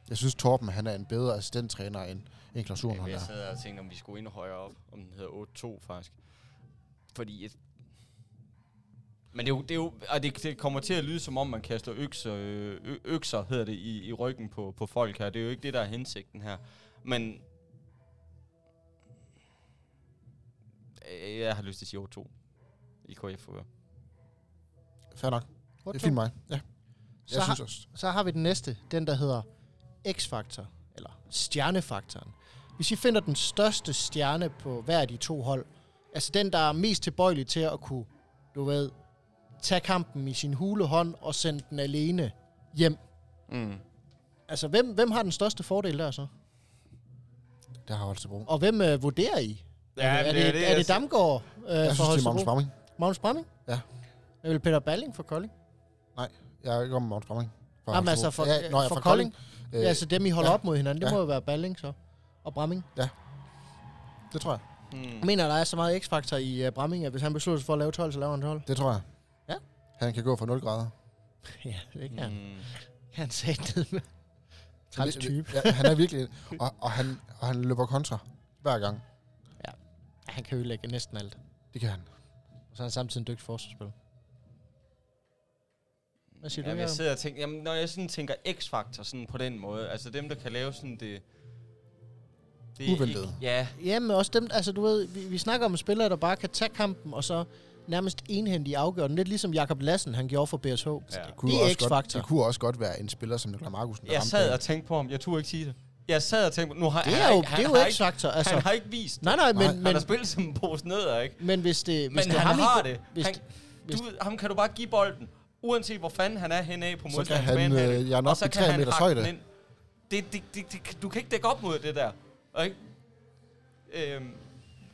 S1: Jeg synes, Torben han er en bedre assistenttræner end, end Claus Urenhold
S2: Jeg
S3: altså-
S1: er.
S2: sad og tænkte, om vi skulle endnu højere op. Om den hedder 8-2, faktisk. Fordi... Et men det, er jo, det, er jo, og det, det kommer til at lyde som om, man kaster økser, øh, ø- økser hedder det, i, i ryggen på, på folk her. Det er jo ikke det, der er hensigten her. Men Øh, jeg har lyst til at sige 8-2 i KF. -favør.
S1: Fair nok. Det er fint mig. Ja.
S3: Så
S1: Jeg
S3: har-
S1: synes også.
S3: Så har vi den næste, den der hedder X-faktor, eller stjernefaktoren. Hvis I finder den største stjerne på hver af de to hold, altså den, der er mest tilbøjelig til at kunne, du ved, tage kampen i sin hule hånd og sende den alene hjem.
S2: Mm.
S3: Altså, hvem, hvem har den største fordel der så?
S1: Det har Holstebro.
S3: Og hvem øh, vurderer I?
S2: Ja,
S3: er,
S2: men
S3: det, er,
S2: det,
S3: det, er
S2: jeg
S3: det
S2: siger.
S3: Damgaard øh,
S1: Jeg
S3: for
S1: synes, det er
S3: Holstebro?
S1: Magnus Bramming.
S3: Magnus Bramming?
S1: Ja.
S3: Jeg vil Peter Balling for Kolding?
S1: Nej, jeg er ikke om Magnus Bramming. Fra
S3: Jamen,
S1: Holstebro.
S3: altså, for-
S1: ja, når jeg er
S3: for
S1: fra Kolding.
S3: Øh,
S1: Øh,
S3: ja, altså dem, I holder
S1: ja.
S3: ja. op mod hinanden, det
S1: Ja.
S3: ja. må jo være Balling så. Og Bramming?
S1: Det tror jeg.
S2: Mm.
S3: Jeg mener, der er så meget x-faktor i uh, Bramming, at hvis han beslutter sig for at lave 12, så laver han 12.
S1: Det tror jeg.
S3: Ja.
S1: Han kan gå for 0 grader.
S3: ja, det kan han.
S2: Mm.
S3: Han sagde det med. Træls type.
S1: Ja, han er virkelig... Og, og, han, og han løber kontra hver gang.
S3: Han kan ødelægge næsten alt.
S1: Det kan han.
S3: Og så er han samtidig en dygtig forsvarsspiller. Hvad siger du,
S2: jamen, jeg
S3: Jacob?
S2: sidder og tænker, jamen, når jeg sådan tænker X-faktor sådan på den måde, altså dem, der kan lave sådan det... det er
S1: Uventede.
S2: ikke- Ja,
S3: Jamen også dem, altså du ved, vi, vi snakker om spillere, der bare kan tage kampen, og så nærmest enhændigt afgøre den. Lidt ligesom Jakob Lassen, han gjorde for BSH. Ja.
S2: Ja.
S1: Det kunne,
S3: Det
S1: det,
S3: er
S1: også godt,
S3: X-faktor.
S1: det kunne også godt være en spiller som Nikolaj Markusen. der
S2: Jeg
S1: ramte
S2: sad
S1: den.
S2: og tænkte på ham. Jeg turde ikke sige det. Jeg sad og tænkte på... Nu har,
S3: Det
S2: han
S3: er
S2: har
S3: jo,
S2: ikke-
S3: det er
S2: han
S3: jo
S2: har ikke-
S3: x-faktor. Altså,
S2: Han har ikke vist det.
S3: nej, nej,
S1: Nej,
S3: men,
S1: han
S2: Han
S3: men,
S2: har spillet som en pose neder, ikke?
S3: men hvis det, hvis
S2: Men
S3: det er
S2: han
S3: ham, I-
S2: har det.
S3: Hvis,
S2: Han-
S3: hvis-
S2: Du, ved, ham kan du bare give bolden. Uanset hvor fanden han er henne af på
S1: Så kan
S2: modstanders
S1: han
S2: banehalvdel,
S1: øh, jern
S2: og
S1: op
S2: så
S1: i
S2: kan
S1: 3
S2: han
S1: meters
S2: hakke den
S1: højde.
S2: ind. Det, det, det, det, du kan ikke dække op mod det der. Og Ikke? Øhm,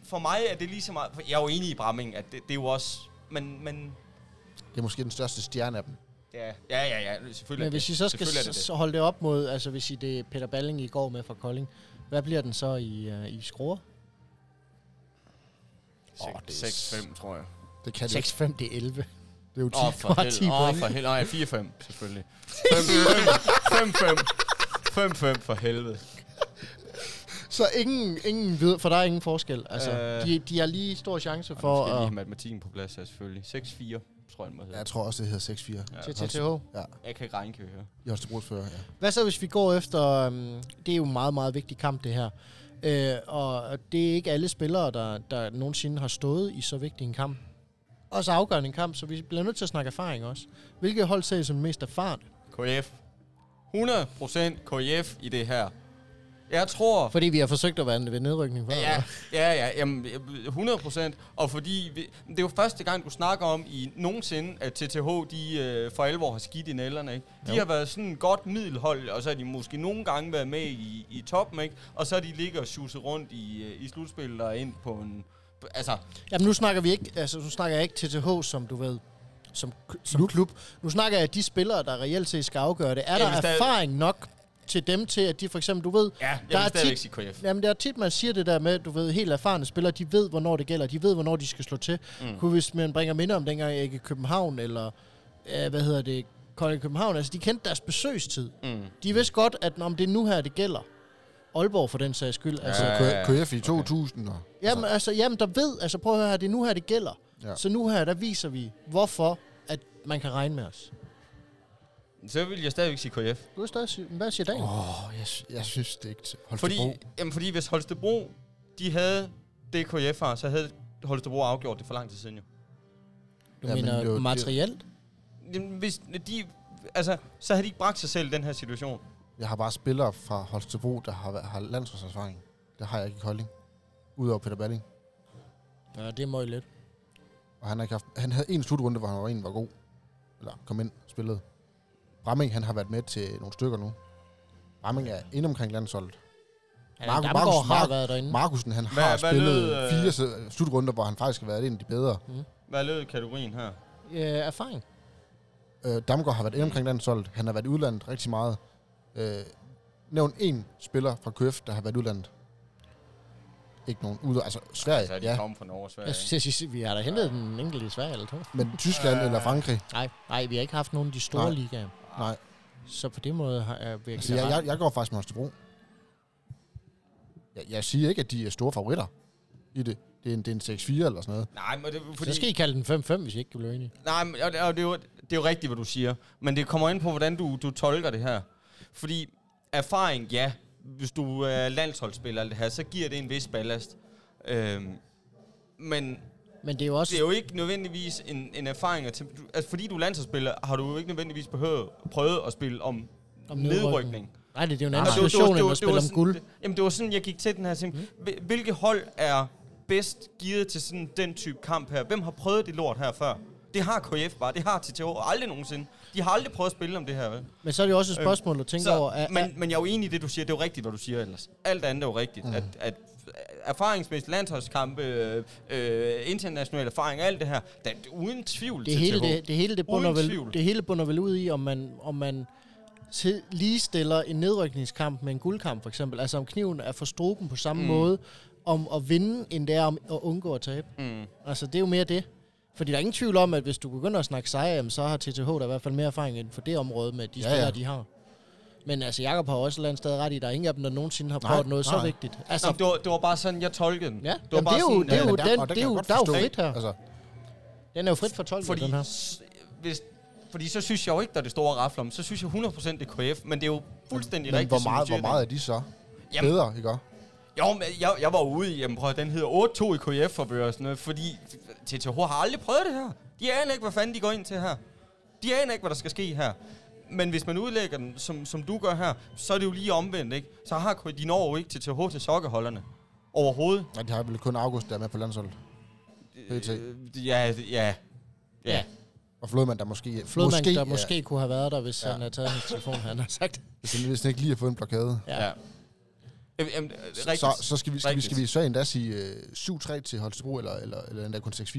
S2: for mig er det lige så meget... For jeg er jo enig i Bramming, at det, det er jo også... Men, men
S1: Det er måske den største stjerne af dem.
S2: ja, ja, ja, ja, selvfølgelig er
S3: Men hvis I så
S2: det.
S3: skal
S2: Selvfølgelig er
S3: det det. holde det op mod, altså hvis I det er Peter Balling i går med fra Kolding, hvad bliver den så i, uh, i skruer?
S1: Åh,
S2: det.
S1: det er-
S2: 6-5, tror jeg.
S1: Det kan det.
S3: 6, 5, det er 11.
S1: Det er jo 10.
S2: Åh, oh,
S3: Du
S2: for
S3: har 10
S2: helvede. Åh, oh,
S3: point.
S2: for helvede. Nej, 4-5, selvfølgelig. 5-5. 5-5 for helvede.
S3: Så ingen, ingen ved, for der er ingen forskel. Altså,
S2: Øh.
S3: øh. de, de har lige stor chance
S2: For,
S3: for
S2: nu skal jeg lige
S3: at...
S2: have matematikken på plads her, selvfølgelig. 6-4 tror jeg, den må hedde.
S1: Jeg tror også, det hedder 6-4
S2: Ja.
S3: til TTH.
S2: Jeg kan ikke regne, kan jeg høre.
S1: i Holstebros fører. Ja.
S3: Hvad så, hvis vi går efter... øhm, Det er jo en meget, meget vigtig kamp, det her. Øh, og det er ikke alle spillere, der, der nogensinde har stået i så vigtig en kamp. Også afgørende en kamp, så vi bliver nødt til at snakke erfaring også. Hvilket hold ser I som det mest erfarne?
S2: KF. 100% KF i det her. Jeg tror...
S3: Fordi vi har forsøgt at være ved nedrykning før.
S2: Ja,
S3: eller?
S2: ja, ja, jamen, 100 procent. Og fordi, vi, det er jo første gang, du snakker om i nogensinde, at TTH, de øh, for alvor har skidt i nælderne, ikke? De
S3: Jo.
S2: jo. har været sådan et godt middelhold, og så har de måske nogle gange været med i, i toppen, ikke? Og så har de ligget og sjusset rundt i, øh, i slutspillet og ind på en... Altså,
S3: Jamen nu snakker vi ikke, altså nu snakker jeg ikke TTH, som du ved, som, som klub. Nu snakker jeg de spillere, der reelt set skal afgøre det. Er
S2: Ja,
S3: der
S2: hvis der-
S3: erfaring nok til dem til, at de for eksempel, du ved,
S2: ja,
S3: Der
S2: jeg
S3: er
S2: vil stadigvæk
S3: tit-
S2: sige KF.
S3: Jamen, det er tit, man siger det der med, du ved, helt erfarne spillere, de ved, hvornår det gælder, de ved, hvornår de skal slå til. Mm. Kunne hvis man bringer minder om dengang ikke København, eller øh, hvad hedder det, Kolding København, altså de kendte deres besøgstid.
S2: Mm.
S3: De vidste godt, at om det er nu her, det gælder. Aalborg for den sags skyld. Ja.
S1: Altså
S3: Altså,
S2: ja,
S1: K- KF i 2000 og...
S3: jamen, altså, jamen, der ved, altså prøv at høre her, det er nu her, det gælder.
S1: Ja.
S3: Ja. Så nu her, der viser vi, hvorfor at man kan regne med os.
S2: Så vil jeg stadigvæk sige KF.
S3: Du er stadig, sy- hvad siger Daniel? Oh.
S1: Åh, oh, jeg, sy- jeg synes det ikke til
S2: Fordi,
S1: Holstebro. Fordi...
S2: jamen, fordi hvis Holstebro, de havde det KF har, så havde Holstebro afgjort det for lang tid siden jo.
S3: Du
S1: Jamen,
S3: mener
S1: det er jo-
S3: materielt?
S2: Jamen, hvis de, altså, så havde de ikke bragt sig selv i den her situation.
S1: Jeg har bare spillere fra Holstebro, der har, væ- har landsholdserfaring. Det har jeg ikke i Kolding. Udover Peter Balling.
S3: Ja, det må I lidt.
S1: Og han, har ikke haft, han havde en slutrunde, hvor han rent var god. Eller kom ind og spillede. Bramming, han har været med til nogle stykker nu. Bramming er inde omkring landsholdet.
S3: Ja,
S1: Marco-
S3: Damgaard
S1: Marcus-
S3: har
S1: Mar-
S2: Mm.
S3: været derinde.
S1: Markusen, han
S2: Hvad-
S1: har
S2: hvad
S1: spillet
S2: lød, øh,
S1: fire se- slutrunder, hvor han faktisk har været en af de bedre.
S2: Hvad lød kategorien her?
S3: øh, erfaring.
S1: Øh, Damgaard har været inde omkring landsholdet. Han har været i udlandet rigtig meget. Øh, nævn én spiller fra Køf, der har været i udlandet. Ikke nogen ude, altså Sverige,
S2: Altså, de
S1: ja.
S2: kom fra Norge og Sverige.
S3: Jeg
S2: ikke?
S3: synes, jeg synes, vi har da hentet den enkelte i Sverige eller to.
S1: Men Tyskland eller Frankrig,
S3: Nej, nej, vi har ikke haft nogen af de store
S1: Nej.
S3: nej. ligaer.
S1: nej.
S3: Så på den måde har jeg virkelig...
S1: Altså, jeg, jeg, jeg går faktisk med Holstebro. Jeg, jeg siger ikke, at de er store favoritter i det. Det er en, det er en 6-4 eller sådan noget.
S2: Nej, men det, er
S3: fordi...
S2: fordi,
S3: Så skal I kalde den 5-5, hvis I ikke kan blive enige.
S2: nej, men, og, det- og det, er jo, det er jo rigtigt, hvad du siger. Men det kommer ind på, hvordan du, du tolker det her. Fordi erfaring, ja. Hvis du er landsholdsspiller eller det her, så giver det en vis ballast. Øhm, men
S3: Men det er jo også...
S2: det er jo ikke nødvendigvis en, en erfaring. At tæm- du, altså, fordi du er landsholdsspiller, har du jo ikke nødvendigvis behøvet prøvet at spille om, om nedrykning.
S3: Nej, det, det er jo en
S2: Og
S3: anden
S2: var-
S3: situation,
S2: var-
S3: end at
S2: var
S3: spille om
S2: sådan-
S3: guld. Mm.
S2: det- Jamen, det var sådan, jeg gik til den her ting. Hvil- Hvilke hold er bedst givet til sådan den type kamp her? Hvem har prøvet det lort her før? Det har KF bare. Det har TTH aldrig nogensinde. De har aldrig prøvet at spille om det her, vel?
S3: Men så er det jo også et spørgsmål at tænke over. Er,
S2: Øh, men, men jeg er jo enig i det, du siger. Det er jo rigtigt, hvad du siger ellers. Alt andet er jo rigtigt. Mm. At, at erfaringsmæssigt landsholdskampe, øh, øh, international erfaring, alt det her, der, uden tvivl
S3: det,
S2: TTH.
S3: hele, det, det, hele, det, bunder
S2: Uden
S3: vel,
S2: tvivl.
S3: det hele bunder vel ud i, om man, om man til, ligestiller en nedrykningskamp med en guldkamp, for eksempel. Altså om kniven er for struben på samme mm. måde, om at vinde, end det er om at undgå at tabe.
S2: Mm.
S3: Altså, det er jo mere det. Fordi der er ingen tvivl om, at hvis du begynder at snakke sejre, jamen, så har TTH der i hvert fald mere erfaring inden for det område med de
S1: Ja,
S3: ja, spillere,
S1: ja.
S3: ja. de har. Men altså, Jakob har også et eller andet sted ret i, der er ingen af dem, der nogensinde har
S1: Nej,
S3: prøvet noget
S1: nej.
S3: så vigtigt. Altså,
S2: Nå, det, var, det var bare sådan, jeg tolkede den.
S3: ja,
S2: det var
S3: jamen,
S2: bare
S3: det er jo,
S2: sådan,
S3: det er
S2: at-
S3: jo,
S1: men der-
S3: den,
S1: og der
S3: det
S1: kan
S3: er
S1: jeg
S3: jo,
S1: godt
S3: der er jo
S1: forstå.
S3: frit her.
S1: Altså,
S3: Den er jo frit fortolket,
S2: Fordi
S3: den her.
S2: s- hvis, fordi så synes jeg jo ikke, der er det store raflom. Så synes jeg 100% det er KF, men det er jo fuldstændig
S1: men
S2: rigtigt.
S1: hvor
S2: som du
S1: meget,
S2: siger,
S1: hvor meget er de så
S2: Jamen-
S1: bedre, ikke også?
S2: det. Jo, men jeg, jeg var ude i, jamen prøv, at høre, den hedder 8-2 i KF for børsen, øh, fordi TTH har aldrig prøvet det her. De aner ikke, hvad fanden de går ind til her. De aner ikke, hvad der skal ske her. Men hvis man udlægger den, som, som du gør her, så er det jo lige omvendt, ikke? Så har K- de når jo ikke til TH til sokkeholderne. Overhovedet.
S1: Nej, de har vel kun August, der er med på landsholdet. PT.
S2: Øh, ja, ja, ja.
S3: Ja.
S1: Og Flodman, der måske...
S3: Flodmand, måske, der
S1: ja,
S3: måske kunne have været der, hvis
S1: Ja.
S3: ja. han havde taget hans telefon, han har sagt.
S1: Hvis han, hvis han ikke lige har fået en blokade.
S3: Ja.
S2: ja. Jamen, jamen, øh, rigtigt.
S1: Så, så skal vi, skal vi,
S2: Rigtigt.
S1: skal vi så endda sige øh, 7-3 til Holstebro, eller, eller, eller endda kun 6-4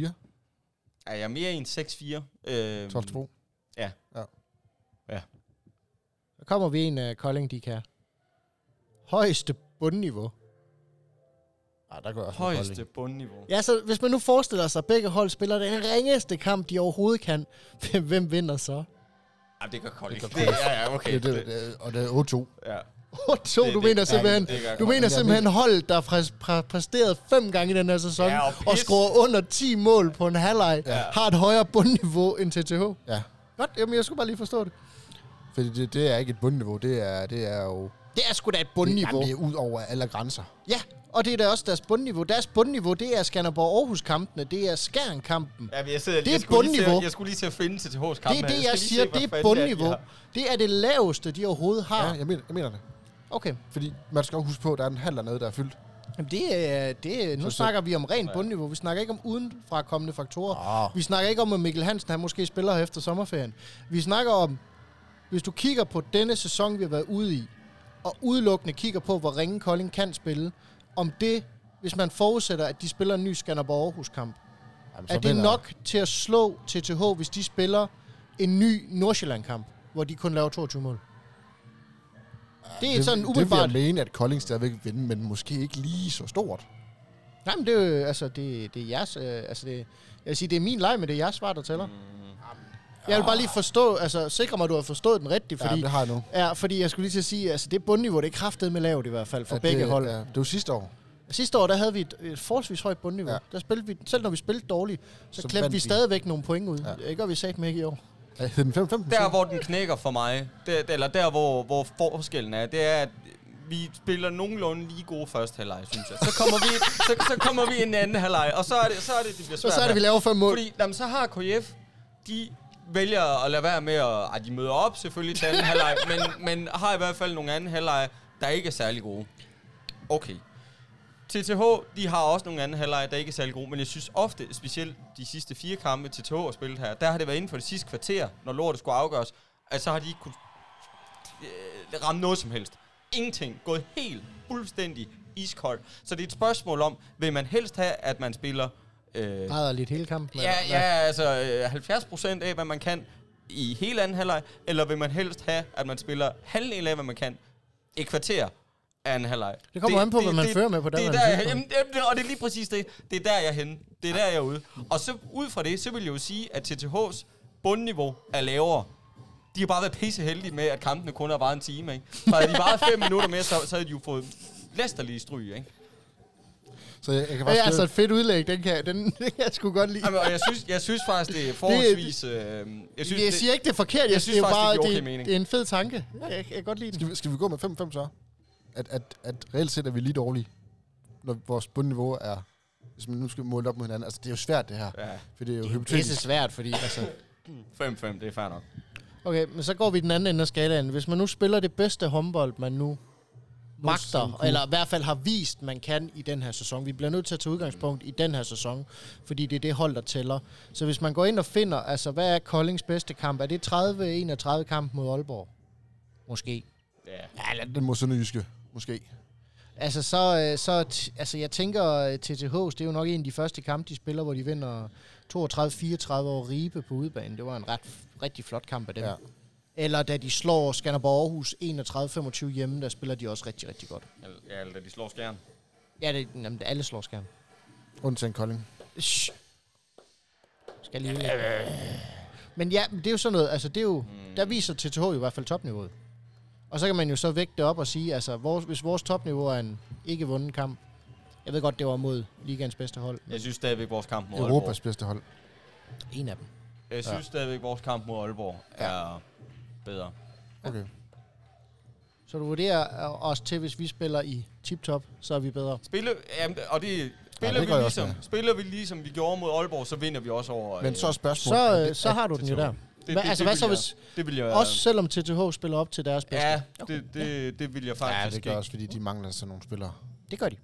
S2: Ja, jeg er mere en 6-4. Øh,
S1: til Holstebro.
S3: Der kommer vi en af Kolding, de kan. Højeste bundniveau.
S1: Nej, der går jeg også med
S2: Højeste
S1: Kolding.
S2: bundniveau.
S3: Ja, så hvis man nu forestiller sig, at begge hold spiller den ringeste kamp, de overhovedet kan, hvem vinder så?
S2: Ja, det gør Kolding.
S1: Det gør
S2: Det gør ja, ja, okay.
S1: Det, det, det, og det er 8-2.
S2: Ja.
S3: Oh, to,
S2: Det-
S3: du
S2: det-
S3: mener
S2: ja,
S3: simpelthen,
S2: det gør
S3: du
S2: godt.
S3: mener simpelthen holdet, der præs- præ- præsteret fem gange i den her sæson,
S2: Ja, og
S3: og,
S2: pis.
S3: scorer under 10 mål på en halvleg, ja. har et højere bundniveau end TTH.
S1: Ja,
S3: Godt, jamen jeg skulle bare lige forstå det.
S1: fordi det, det er ikke et bundniveau, det er, det er jo...
S3: Det er sgu da et
S1: Jamen,
S3: bundniveau.
S1: det er ud over alle grænser.
S3: Ja, og det er da også deres bundniveau. Deres bundniveau, det er Skanderborg-Aarhus-kampene, det er Skjern-kampen.
S2: Ja, men jeg sidder,
S3: Det er
S2: jeg skulle lige til-
S3: bundniveau.
S2: Jeg skulle lige til at finde til TH's kamp.
S3: Det er
S1: øh,
S3: det, jeg siger, det er bundniveau. Det er det laveste, de overhovedet
S1: Ja,
S3: har.
S1: jeg mener, jeg mener det.
S3: Okay,
S1: Fordi man skal også huske på, at der er en halv dernede, der er fyldt.
S3: Jamen det, er- det, er- nu
S1: Så- så-
S3: snakker vi om rent bundniveau. Vi snakker ikke om udenfrakommende faktorer.
S1: Ah.
S3: Vi snakker ikke om, at Mikkel Hansen han måske spiller her efter sommerferien. Vi snakker om, hvis du kigger på denne sæson, vi har været ude i, og udelukkende kigger på, hvor ringe Kolding kan spille, om det, hvis man forudsætter, at de spiller en ny Skanderborg-Aarhus-kamp,
S1: Jamen,
S3: er det nok til at slå TTH, hvis de spiller en ny Nordsjælland-kamp, hvor de kun laver 22 mål? Ah, Det er sådan umiddelbart...
S1: Det vil jeg mene, at Kolding stadigvæk vil vinde, men måske ikke lige så stort.
S3: Nej, men det er jo, altså, det, det er jeres, øh, altså, det, jeg vil sige, det er min leg, men det er jeres svar, der tæller. Jeg vil bare lige forstå, altså, sikre mig, at du har forstået den rigtigt,
S1: Fordi,
S3: fordi,
S1: ja, det har jeg nu.
S3: ja, fordi jeg skulle lige til at sige, altså, det bundniveau, det er kraftet med lavt i hvert fald for
S1: At
S3: begge
S1: det,
S3: hold.
S1: Ja, det var sidste år.
S3: Sidste år, der havde vi et, et forholdsvis højt bundniveau.
S1: Ja.
S3: Ja. Der spillede vi, selv når vi spillede dårligt, så,
S1: Så
S3: så
S1: vandt
S3: klemte vi
S1: vi.
S3: stadigvæk nogle point ud.
S1: Ja.
S3: Ja. Ikke, og vi sagde dem ikke i år.
S1: Ja, Hed den 5-15?
S2: Der, hvor den knækker for mig, der, eller der, hvor, hvor forskellen er, det er, at vi spiller nogenlunde lige gode første halvleg, synes jeg. Så kommer vi, så, så kommer vi ind i anden halvleg, og så er det, så er det, det bliver
S3: Så,
S2: svært.
S3: så er det, vi laver fem mål.
S2: Fordi, jamen, så har KF, de vælger at lade være med at... Ej, de møder op selvfølgelig til anden halvleg, men, men har i hvert fald nogle anden halvleg, der ikke er særlig gode. Okay. TTH, de har også nogle anden halvleg, der ikke er særlig gode, men jeg synes ofte, specielt de sidste fire kampe, TTH har spillet her, der har det været inden for det sidste kvarter, når lortet skulle afgøres, at så har de ikke kunnet øh, ramme noget som helst. Ingenting. Gået helt fuldstændig iskoldt. Så det er et spørgsmål om, vil man helst have, at man spiller øh,
S3: Græder lidt hele kampen.
S2: Ja,
S3: eller
S2: ja,
S3: hvad?
S2: altså øh, 70 procent af, hvad man kan i hele anden halvleg, eller vil man helst have, at man spiller halvdelen af, hvad man kan i kvarter af anden halvleg?
S3: Det kommer an på, hvad man fører med på
S2: det er
S3: daværende
S2: der, jeg, jamen,
S3: tidspunkt.
S2: jamen, det- Og det er lige præcis det. Det er der, jeg er henne. Det er der, jeg er ude. Og så ud fra det, så vil jeg jo sige, at TTH's bundniveau er lavere. De har bare været pisse heldige med, at kampene kun har varet en time, ikke? Så havde de varet fem minutter mere, så, så havde de jo fået læsterlige stryg, ikke?
S1: Så jeg, jeg kan
S3: Det
S1: faktisk...
S3: er altså et fedt udlæg, den kan, den, den kan jeg sgu godt lide.
S2: Jamen, og jeg synes, jeg synes faktisk, det er forholdsvis... Øh, jeg synes,
S3: Jeg siger ikke, det er forkert. Jeg,
S2: jeg
S3: jeg
S2: synes
S3: synes det er jo
S2: faktisk,
S3: bare,
S2: det giver okay
S3: det, det,
S2: mening.
S3: det er en fed tanke. Ja, jeg, jeg kan godt lide den.
S1: skal, vi, skal vi gå med 5-5 så? At, at, at reelt set er vi lige dårlige, når vores bundniveau er... Hvis man nu skal måle op mod hinanden. Altså, det er jo svært, det her.
S2: Ja,
S1: For det er jo
S3: Pisse
S1: hypotetisk.
S3: svært, fordi altså...
S2: 5-5, det er fair nok.
S3: Okay, men så går vi den anden ende af skalaen. Hvis man nu spiller det bedste håndbold, man nu magter,
S1: kunne.
S3: eller i hvert fald har vist, man kan i den her sæson. Vi bliver nødt til at tage udgangspunkt i den her sæson, fordi det er det hold, der tæller. Så hvis man går ind og finder, altså hvad er Koldings bedste kamp? Er det 30-31 kamp mod Aalborg? Måske.
S2: Ja.
S1: Ja, lad den mod Sønderjyske, måske.
S3: Altså, så, øh, så t- altså, jeg tænker, øh, TTH's, det er jo nok en af de første kampe, de spiller, hvor de vinder 32-34 over Ribe på udebane. Det var en ret, rigtig flot kamp af dem.
S1: Ja.
S3: Ja. Eller da de slår Skanderborg Aarhus 31-25 hjemme, der spiller de også rigtig, rigtig godt.
S2: Eller- Ja, eller da de slår skæren.
S3: Ja, det, jamen, det- alle slår skærm.
S1: Undtagen Kolding.
S3: Shh. Skal jeg lige udlægge. Men ja, men det er jo sådan noget, altså det er jo,
S1: Mm.
S3: der viser TTH jo i hvert fald topniveauet. Og så kan man jo så vægte det op og sige, altså vores, hvis vores topniveau er en ikke vunden kamp, jeg ved godt, det var mod ligands bedste hold, men
S2: Jeg synes stadigvæk, vores kamp mod
S1: Europas bedste hold.
S3: en af dem.
S2: Aalborg... Jeg synes stadigvæk, vores kamp mod Aalborg er bedre.
S1: Okay.
S3: Så du vurderer øh, os til, hvis vi spiller i tip-top, så er vi bedre.
S2: Spiller, jamen, og det, spiller,
S1: det
S2: ja,
S1: går jeg
S2: vi
S1: også
S2: ligesom,
S1: med.
S2: spiller vi ligesom vi gjorde mod Aalborg, så vinder vi også over... øh,
S1: Men så er spørgsmålet...
S3: Så,
S1: er
S3: øh,
S1: det-
S3: så har du den jo der.
S2: det,
S3: Hva- altså, hvad
S2: vil
S3: så
S2: jeg-
S3: hvis-
S2: Det vil jeg...
S3: Også selvom TTH spiller op til deres bedste.
S2: Ja, det, det, Altså, det vil jeg
S1: Ja,
S2: faktisk
S1: det gør også, fordi de mangler sådan nogle spillere.
S3: Det gør de.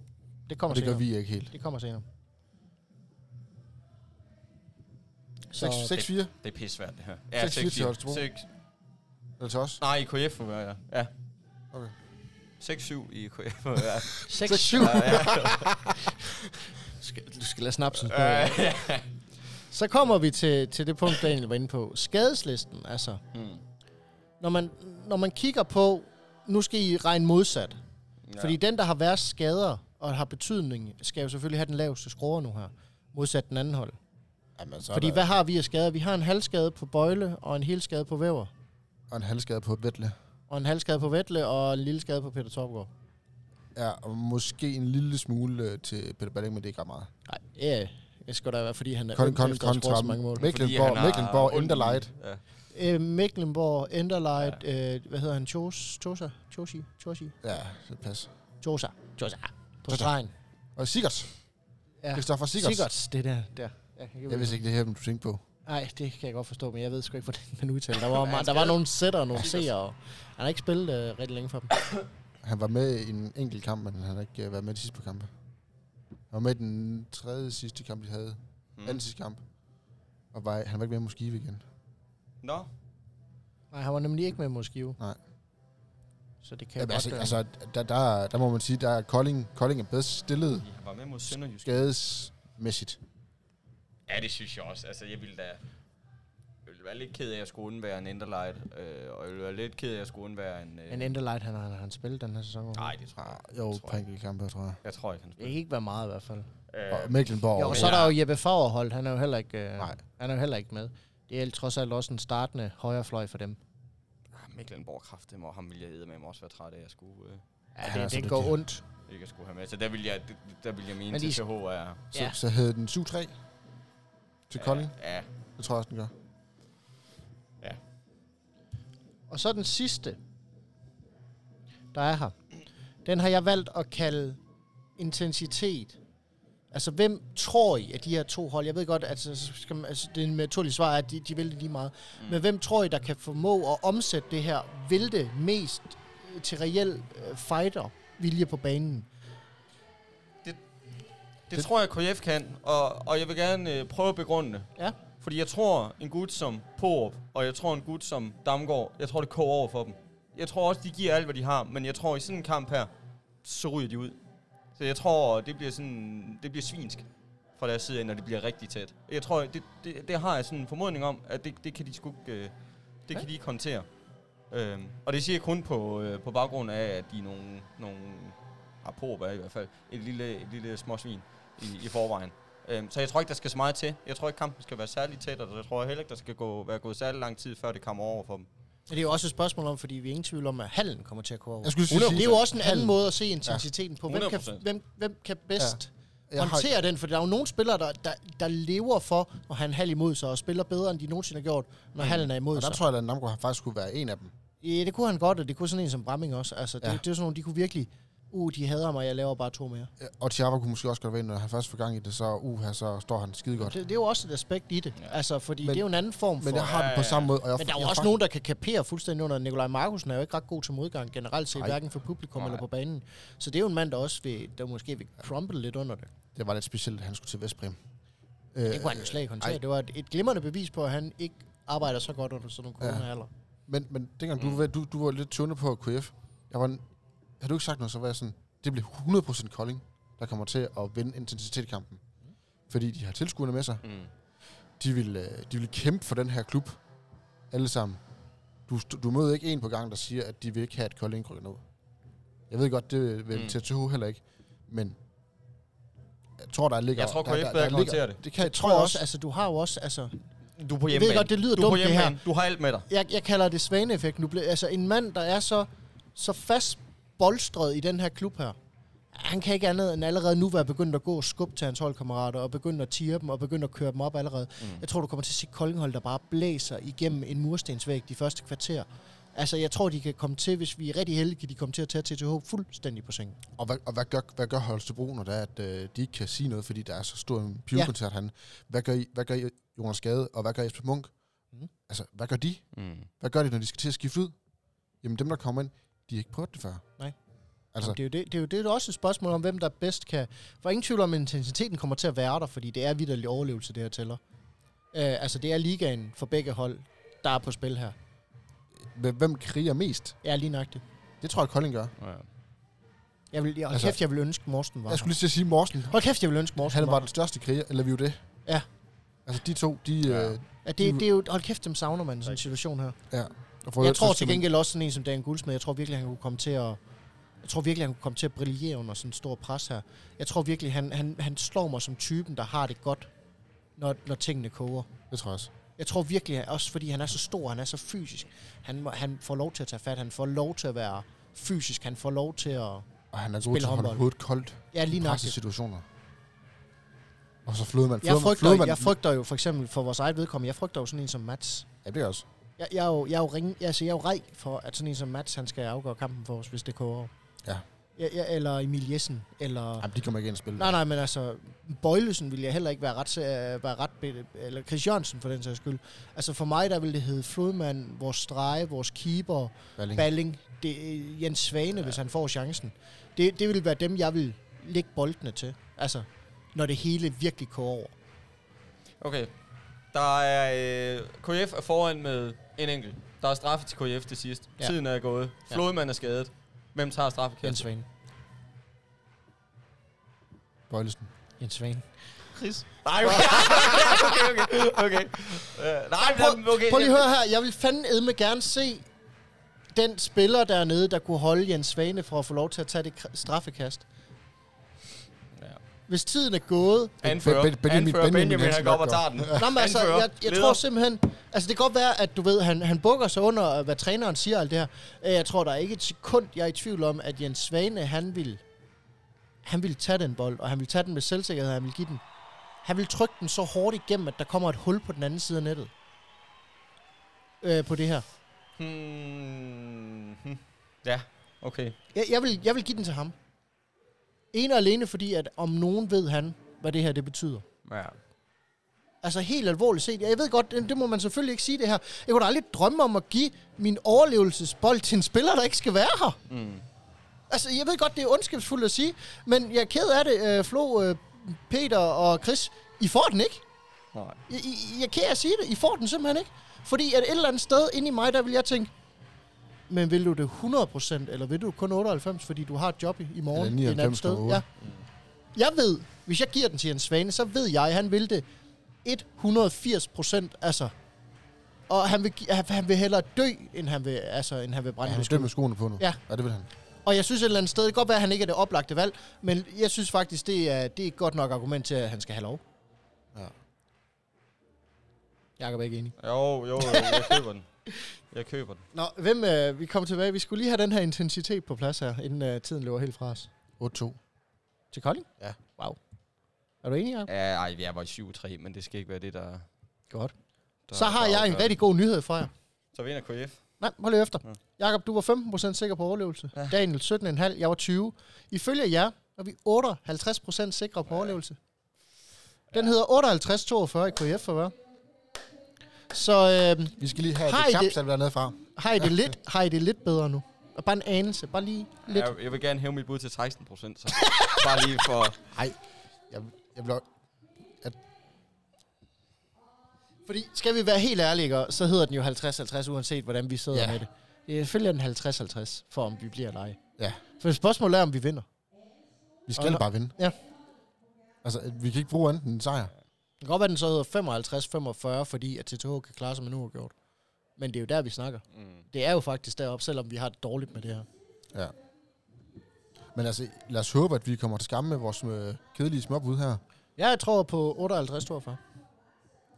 S3: Det kommer
S1: Og det gør
S3: senere.
S1: vi ikke helt.
S3: Det kommer senere. Så,
S1: 6-4 eller
S2: ikke. Det er pissvært, det her. Ja,
S1: 6-4 til
S2: 6-4.
S1: Holstebro.
S2: 6
S1: til os.
S2: Nej, i KF, var jeg. Ja.
S1: Okay.
S2: 6-7 i KF, var jeg.
S3: 6-7. du skal lade snapsen.
S2: Ja, ja.
S3: Så kommer vi til, til det punkt, Daniel var inde på. Skadeslisten, altså.
S2: Mm.
S3: Når man, når man kigger på, nu skal I regne modsat. Ja. Fordi den, der har værst skader og har betydning, skal jo selvfølgelig have den laveste score nu her. Modsat den anden hold.
S1: Jamen, så er
S3: Fordi
S1: der-
S3: hvad har vi af skader? Vi har en halvskade på Bøjle og en helskade på Væver.
S1: Og en halvskade på Vettle.
S3: og en halvskade på Vettle, og en lille skade på Peter Topgaard.
S1: Ja, og måske en lille smule øh, til Peter Balling, men det er ikke ret meget.
S3: Nej, ja, det skal da være, fordi han er
S1: Kon,
S3: ung
S1: kon,
S3: efter at have scoret
S1: kontra
S3: så mange mål.
S2: Fordi
S1: Mecklenburg,
S2: han har
S1: Mecklenburg,
S2: ondt i-
S1: Enderlight.
S2: Ja.
S3: Øh, Mecklenburg, Enderlight, ja. øh, hvad hedder han? Chos, Chosa? Chosi? Chosi?
S1: Ja, det passer.
S3: Chosa. Chosa. På
S1: Chosa.
S3: stregen.
S1: Og Sigurds.
S3: Ja.
S1: Kristoffer Sigurds.
S3: Sigurds, det der. der. Ja, kan
S1: Jeg vidste ikke, det her, du tænkte på.
S3: Nej, det kan jeg godt forstå, men jeg ved sgu ikke, hvordan man udtaler. Der var,
S2: Han
S3: meget, der var
S2: skadet.
S3: nogle sætter og nogle
S2: Sigurds.
S3: seere, og han har ikke spillet øh, rigtig længe for dem.
S1: Han var med i en enkelt kamp, men han har ikke øh, været med i de sidste par kampe. Han var med i den tredje sidste kamp, de havde. Mm. Anden
S2: Mm.
S1: sidste kamp. Og var, han var ikke med mod Skive igen.
S2: Nå,
S3: Nej, han var nemlig ikke med mod Skive.
S1: Nej.
S3: Så det kan
S1: Jamen,
S3: Jamen,
S1: altså,
S3: godt
S1: altså der, der, der, må man sige, der er Kolding, Kolding er bedst stillet
S2: jeg var med mod Sønderjysk.
S1: skadesmæssigt.
S2: Ja, det synes jeg også. Altså, jeg ville da... Jeg ville være lidt ked af, at jeg skulle undvære en Enderlight. Øh, og jeg ville være lidt ked af, at jeg skulle undvære en... Øh...
S3: Men Enderlight, han har, han har spillet den her sæson.
S2: Nej, det tror jeg.
S1: Ah, jo,
S2: Tror jeg.
S1: på enkelte kampe, tror jeg.
S2: Jeg tror ikke, han
S3: Det kan
S2: spiller.
S3: ikke være meget i hvert fald.
S1: Og
S2: Øh,
S1: Mecklenborg.
S3: Jo, og så er der jo Jeppe Fagerholt, han er jo heller ikke, øh,
S1: Nej.
S3: han er jo heller ikke med. Det er trods alt også en startende højrefløj for dem.
S2: ah, Mecklenburg kraft, og ham ville jeg eddermame også være træt af, at jeg skulle, øh,
S1: han
S3: Ja,
S1: er
S3: det,
S1: så
S3: det går
S1: dygtig.
S3: ondt.
S2: ikke at skulle have med. Så der ville jeg, det- der ville jeg mene,
S3: Men
S2: at
S3: de-
S2: TCH er...
S1: Så, ja. så hed den 7-3 til Kolding.
S2: Ja, ja.
S1: Det tror jeg også, den gør.
S3: Og så den sidste, der er her. Den har jeg valgt at kalde intensitet. Altså, hvem tror I, at de her to hold... Jeg ved godt, at altså, så skal man, altså, det naturlige svar er, at de, de vil det lige meget. Mm. Men hvem tror I, der kan formå at omsætte det her vælte mest øh, til reel øh, fighter-vilje på banen?
S2: Det, det tror jeg, KF kan, og, og jeg vil gerne øh, prøve at begrunde det.
S3: Ja.
S2: Fordi jeg tror, en gut som Porup, og jeg tror en gut som Damgaard, jeg tror, det koger over for dem. Jeg tror også, de giver alt, hvad de har, men jeg tror, i sådan en kamp her, så ryger de ud. Så jeg tror, det bliver sådan, det bliver svinsk fra deres side af, når det bliver rigtig tæt. Jeg tror, det, det, det har jeg sådan en formodning om, at det, det kan de sgu ikke, øh, det
S3: Ja.
S2: kan de ikke håndtere. Øhm, og det siger jeg kun på, øh, på baggrund af, at de er nogle, nogle ah, Porup er i hvert fald, et lille, et lille småsvin i, i forvejen. Øhm, så jeg tror ikke, der skal så meget til. Jeg tror ikke, kampen skal være særlig tæt, og jeg tror heller ikke, der skal gå, være gået særlig lang tid, før det kommer over for dem.
S3: Men Det er jo også et spørgsmål om, fordi vi er ingen tvivl om, at hallen kommer til at gå over.
S1: Jeg skulle lige
S3: Det er jo også en anden
S1: Hallen.
S3: måde at se intensiteten ja. på. Hvem kan,
S2: 100%.
S3: hvem, hvem kan bedst ja.
S1: Jeg har-
S3: håndtere den? For der er jo nogle spillere, der, der, der lever for at have en halv imod sig, og spiller bedre, end de nogensinde har gjort, når mm. hallen er imod
S1: Og der
S3: sig.
S1: tror jeg, at Namco faktisk kunne være en af dem.
S3: Ja, det kunne han godt, og det kunne sådan en som Bramming også. Altså, det,
S1: Ja.
S3: ja. det er sådan nogle, de kunne virkelig... Uh, de hader mig, jeg laver bare to mere.
S1: Ja, Og Thiago kunne måske også godt være en, når han først får gang i det, så uha, så står han skide godt.
S3: Det, det er jo også et aspekt i det. Ja. Altså, fordi
S1: Men-
S3: men, det er jo en anden form for...
S1: Men jeg har den på samme måde. Og jeg,
S3: men der er jo
S1: jeg
S3: også
S1: fang-
S3: nogen, der kan kapere fuldstændig under. Nikolaj Markusen er jo ikke ret god til modgang generelt set,
S1: Nej.
S3: hverken for publikum
S2: Nej.
S3: eller på banen. Så det er jo en mand, der også vil, der måske vil crumble lidt under det.
S1: Det var lidt specielt, at han skulle til Vestbrem.
S3: Det kunne han jo slet ikke håndtere.
S1: Øh, ej.
S3: Det var et, et glimrende bevis på, at han ikke arbejder så godt under sådan nogle
S1: Ja.
S3: corona-alder.
S1: Men, men dengang du, var- du, du var lidt tunde på KF, jeg var, en- havde du ikke sagt noget, så var jeg sådan, det bliver 100% Kolding, der kommer til at vinde intensitetskampen. Fordi de har tilskuerne med sig.
S2: Mm.
S1: De vil, øh, de vil kæmpe for den her klub. Alle sammen. Du, st- du møder ikke en på gang, der siger, at de vil ikke have, at Kolding rykker ned. Jeg ved godt, det vil
S2: Mm.
S1: mm. TTH heller ikke. Men jeg tror, der ligger...
S2: Jeg tror,
S1: der,
S2: KF
S1: der,
S2: bedre
S1: der,
S2: kan
S1: ligger-
S2: håndtere det.
S1: Det kan jeg,
S3: Jeg tror også, altså du har jo også, altså,
S2: Du er på
S3: Jeg
S2: hjemmebane.
S3: ved godt, det lyder
S2: du er på
S3: dumt, det her.
S2: hjemmebane. Du har alt med dig.
S3: jeg, jeg kalder det svaneeffekten. Du bliver, altså en mand, der er så, så fast bolstret i den her klub her, han kan ikke andet end allerede nu være begyndt at gå og skubbe til hans holdkammerater, og begynde at tire dem, og begynde at køre dem op allerede. Mm. Jeg tror, du kommer til at se Koldinghold, der bare blæser igennem en murstensvæg de første kvarter. Altså, jeg tror, de kan komme til, hvis vi er rigtig heldige, kan de komme til at tage TTH fuldstændig på sengen.
S1: Og hvad, og hvad, gør, hvad gør Holstebro, når det er, at øh, de ikke kan sige noget, fordi der er så stor en pivkoncert ja. han. Hvad gør, I, hvad gør I Jonas Gade, og hvad gør Jesper Munk?
S3: Mhm.
S1: Mm. Altså, hvad gør de?
S2: Mm.
S1: Hvad gør de, når de skal til at skifte ud? Jamen, dem, der kommer ind, de har ikke prøvet det før.
S3: Nej.
S1: Altså,
S3: Jamen, det, er jo det, det er jo det, der er også et spørgsmål om, hvem der bedst kan... For ingen tvivl om, at intensiteten kommer til at være der, fordi det er vidderlig overlevelse, det her tæller. Øh, altså, det er ligaen for begge hold, der er på spil her.
S1: hvem- hvem kriger mest?
S3: Ja, lige nøjagtigt.
S1: Det tror jeg, Kolding gør.
S2: Ja.
S3: Jeg vil, jeg, hold
S1: Altså-
S3: kæft, jeg vil ønske, Morsten var
S1: Jeg skulle
S3: her.
S1: lige til at sige, Morsen,
S3: Hold kæft, jeg vil ønske, Morsten
S1: han
S3: var
S1: var
S3: her.
S1: den største kriger, eller vi jo det.
S3: Ja.
S1: Altså, de to, de...
S2: Ja.
S1: Ja. Øh,
S3: ja, det, det er jo, hold kæft, dem savner man i sådan en
S2: Rigtig.
S3: situation her.
S1: og for
S3: Jeg
S1: øvrigt,
S3: tror
S1: så skal
S3: til
S1: man-
S3: gengæld også sådan en som Dan Guldsmed, jeg tror virkelig, han kunne komme til at... Jeg tror virkelig, han kunne komme til at brillere under sådan en stor pres her. Jeg tror virkelig, han, han, han slår mig som typen, der har det godt, når, når tingene koger.
S1: Det tror jeg også.
S3: Jeg tror virkelig, at også fordi han er så stor, han er så fysisk. Han, må, han får lov til at tage fat, han får lov til at være fysisk, han får lov til at...
S1: Og han er god
S3: Spille
S1: til at holde
S3: håndbold.
S1: hovedet koldt
S3: Ja, lige
S1: i
S3: nok.
S1: pressede situationer. Og så flødemand.
S3: Jeg
S1: Flødemand-
S3: frygter,
S1: flødemand-
S3: jeg frygter jo for eksempel for vores eget vedkommende, jeg frygter jo sådan en som Mats.
S1: Ja, det er også.
S3: Jeg, jeg, er jo, jeg, er jo ringe, altså, jeg er jo rej for, at sådan en som Mats, han skal afgøre kampen for os, hvis det koger. over.
S1: Ja.
S3: ja, ja eller Emil Jessen, eller...
S1: Jamen, de kommer ikke ind og spille.
S3: Nej, nej, men altså, Bøjlesen ville jeg heller ikke være ret, til- øh, være ret be- eller Chris Jørgensen for den sags skyld. Altså for mig, der ville det hedde Flodmand, vores strege, vores keeper,
S1: Balling.
S3: Balling, det, øh, Jens Svane, ja. hvis han får chancen. Det, det ville være dem, jeg vil lægge boldene til. Altså, når det hele virkelig går over.
S2: Okay. Der er... Øh, KF er foran med en enkelt. Der er straffe til KF til sidst. Ja.
S3: Ja.
S2: Tiden er gået.
S3: Ja.
S2: Flodemand er skadet. Hvem tager
S3: Jens
S2: straffekast?
S3: Svane.
S1: Bøjlesen.
S3: Jens Svane.
S2: Chris. Nej, okay. okay, okay, okay. Uh, nej, prøv, okay.
S3: Prøv lige at høre her, jeg vil fandme gerne se den spiller dernede, der kunne holde Jens Svane for at få lov til at tage det kr- straffekast.
S2: Ja.
S3: Hvis tiden er gået,
S2: Anfører,
S1: Ben- Ben-
S2: Benjamin,
S1: Benjamin-
S2: anfører
S1: Benjamin
S2: Benjamin, Benjamin han
S1: Hansen
S2: går op og
S1: opgør.
S2: tager den.
S3: Nå, men altså,
S2: Anfører,
S3: jeg, jeg
S2: leder.
S3: tror simpelthen... Altså, det kan godt være, at du ved, han, han bukker sig under, øh, hvad træneren siger og alt det her. Øh, Jeg tror, der er ikke et sekund, jeg er i tvivl om, at Jens Svane, han vil, han vil tage den bold, og han vil tage den med selvsikkerhed, og han vil give den. Han vil trykke den så hårdt igennem, at der kommer et hul på den anden side af nettet. Øh, på det her.
S2: Hmm. hmm. Ja, okay.
S3: Jeg, jeg, vil, jeg vil give den til ham. En og alene, fordi at om nogen ved han, hvad det her det betyder.
S2: Ja.
S3: Altså helt alvorligt set. Jeg ved godt, det det må man selvfølgelig ikke sige det her. Jeg kunne da aldrig drømme om at give min overlevelsesbold til en spiller, der ikke skal være her.
S2: Mm.
S3: Altså, jeg ved godt, det er ondskabsfuldt at sige, men jeg er ked af det, øh, Flo, øh, Peter og Chris. I får den ikke.
S2: Nej.
S3: Jeg, jeg, jeg er ked af at sige det. I får den simpelthen ikke. Fordi at et eller andet sted inde i mig, der vil jeg tænke, men vil du det 100%, eller vil du kun 98, fordi du har et job i, i morgen?
S1: Eller
S3: et andet sted?
S1: 99,8.
S3: Ja. Jeg ved, hvis jeg giver den til Jens Svane, så ved jeg, at han vil det 180%, altså. Og han vil, gi- han- han vil hellere dø, end han vil, altså, end han vil
S1: Ja,
S3: brænde
S1: han
S3: ja,
S1: er død med skoene på nu.
S3: Ja.
S1: ja det vil han.
S3: Og jeg synes et eller andet sted, det kan godt være, at han ikke er det oplagte valg, men jeg synes faktisk, det er, det er et godt nok argument til, at han skal have lov.
S1: Ja.
S3: Jakob er ikke enig.
S2: Jo, jo, jeg køber den. Jeg køber den.
S3: Nå, hvem, øh, vi kom tilbage. Vi skulle lige have den her intensitet på plads her, inden øh, tiden løber helt fra os.
S1: 8-2.
S3: Til Kolding?
S1: Ja.
S3: Wow. Er du enig, Jacob?
S2: Ja, ej, vi er bare 7-3, men det skal ikke være det, der...
S3: Godt.
S2: der
S3: Så har
S2: der
S3: jeg en
S2: afgør.
S3: rigtig god nyhed for jer.
S2: Så vinder KF.
S3: Nej, hold lige efter.
S2: Ja.
S3: Ja. Jakob, du var 15% sikker på overlevelse.
S2: Ja.
S3: Ja. Daniel 17,5. Jeg var 20. Ifølge jer er vi 58% sikre på
S2: Ja.
S3: overlevelse. Den hedder 58-42 i KF, for hvad? Så øh,
S1: Vi skal lige have
S3: Har
S1: et
S3: I det?
S1: kapsel dernede fra.
S3: har, I det lidt, har I det lidt bedre nu? Og bare en anelse. Bare lige lidt.
S2: Jeg, jeg vil gerne hæve mit bud til 16 procent, så bare lige for...
S1: Nej, jeg, jeg vil også-
S3: Fordi skal vi være helt ærlige, ikke, så hedder den jo 50-50, uanset hvordan vi sidder
S1: Ja.
S3: ja. med det. Det er selvfølgelig en 50-50, for om vi bliver eller ej.
S1: Ja,
S3: For spørgsmålet er, om vi vinder.
S1: vi skal
S3: Og-
S1: bare vinde.
S3: Ja.
S1: Altså, vi kan ikke bruge andet end en sejr.
S3: Det kan godt være, den så hedder 55-45, fordi at TTH kan klare sig med nu gjort. Men det er jo der, vi snakker.
S2: Mm.
S3: Det er jo faktisk deroppe, selvom vi har det dårligt med det her.
S1: Ja. Men altså, lad os håbe, at vi kommer til skamme med vores øh, kedelige småbud her.
S3: Ja, jeg tror på 58-42.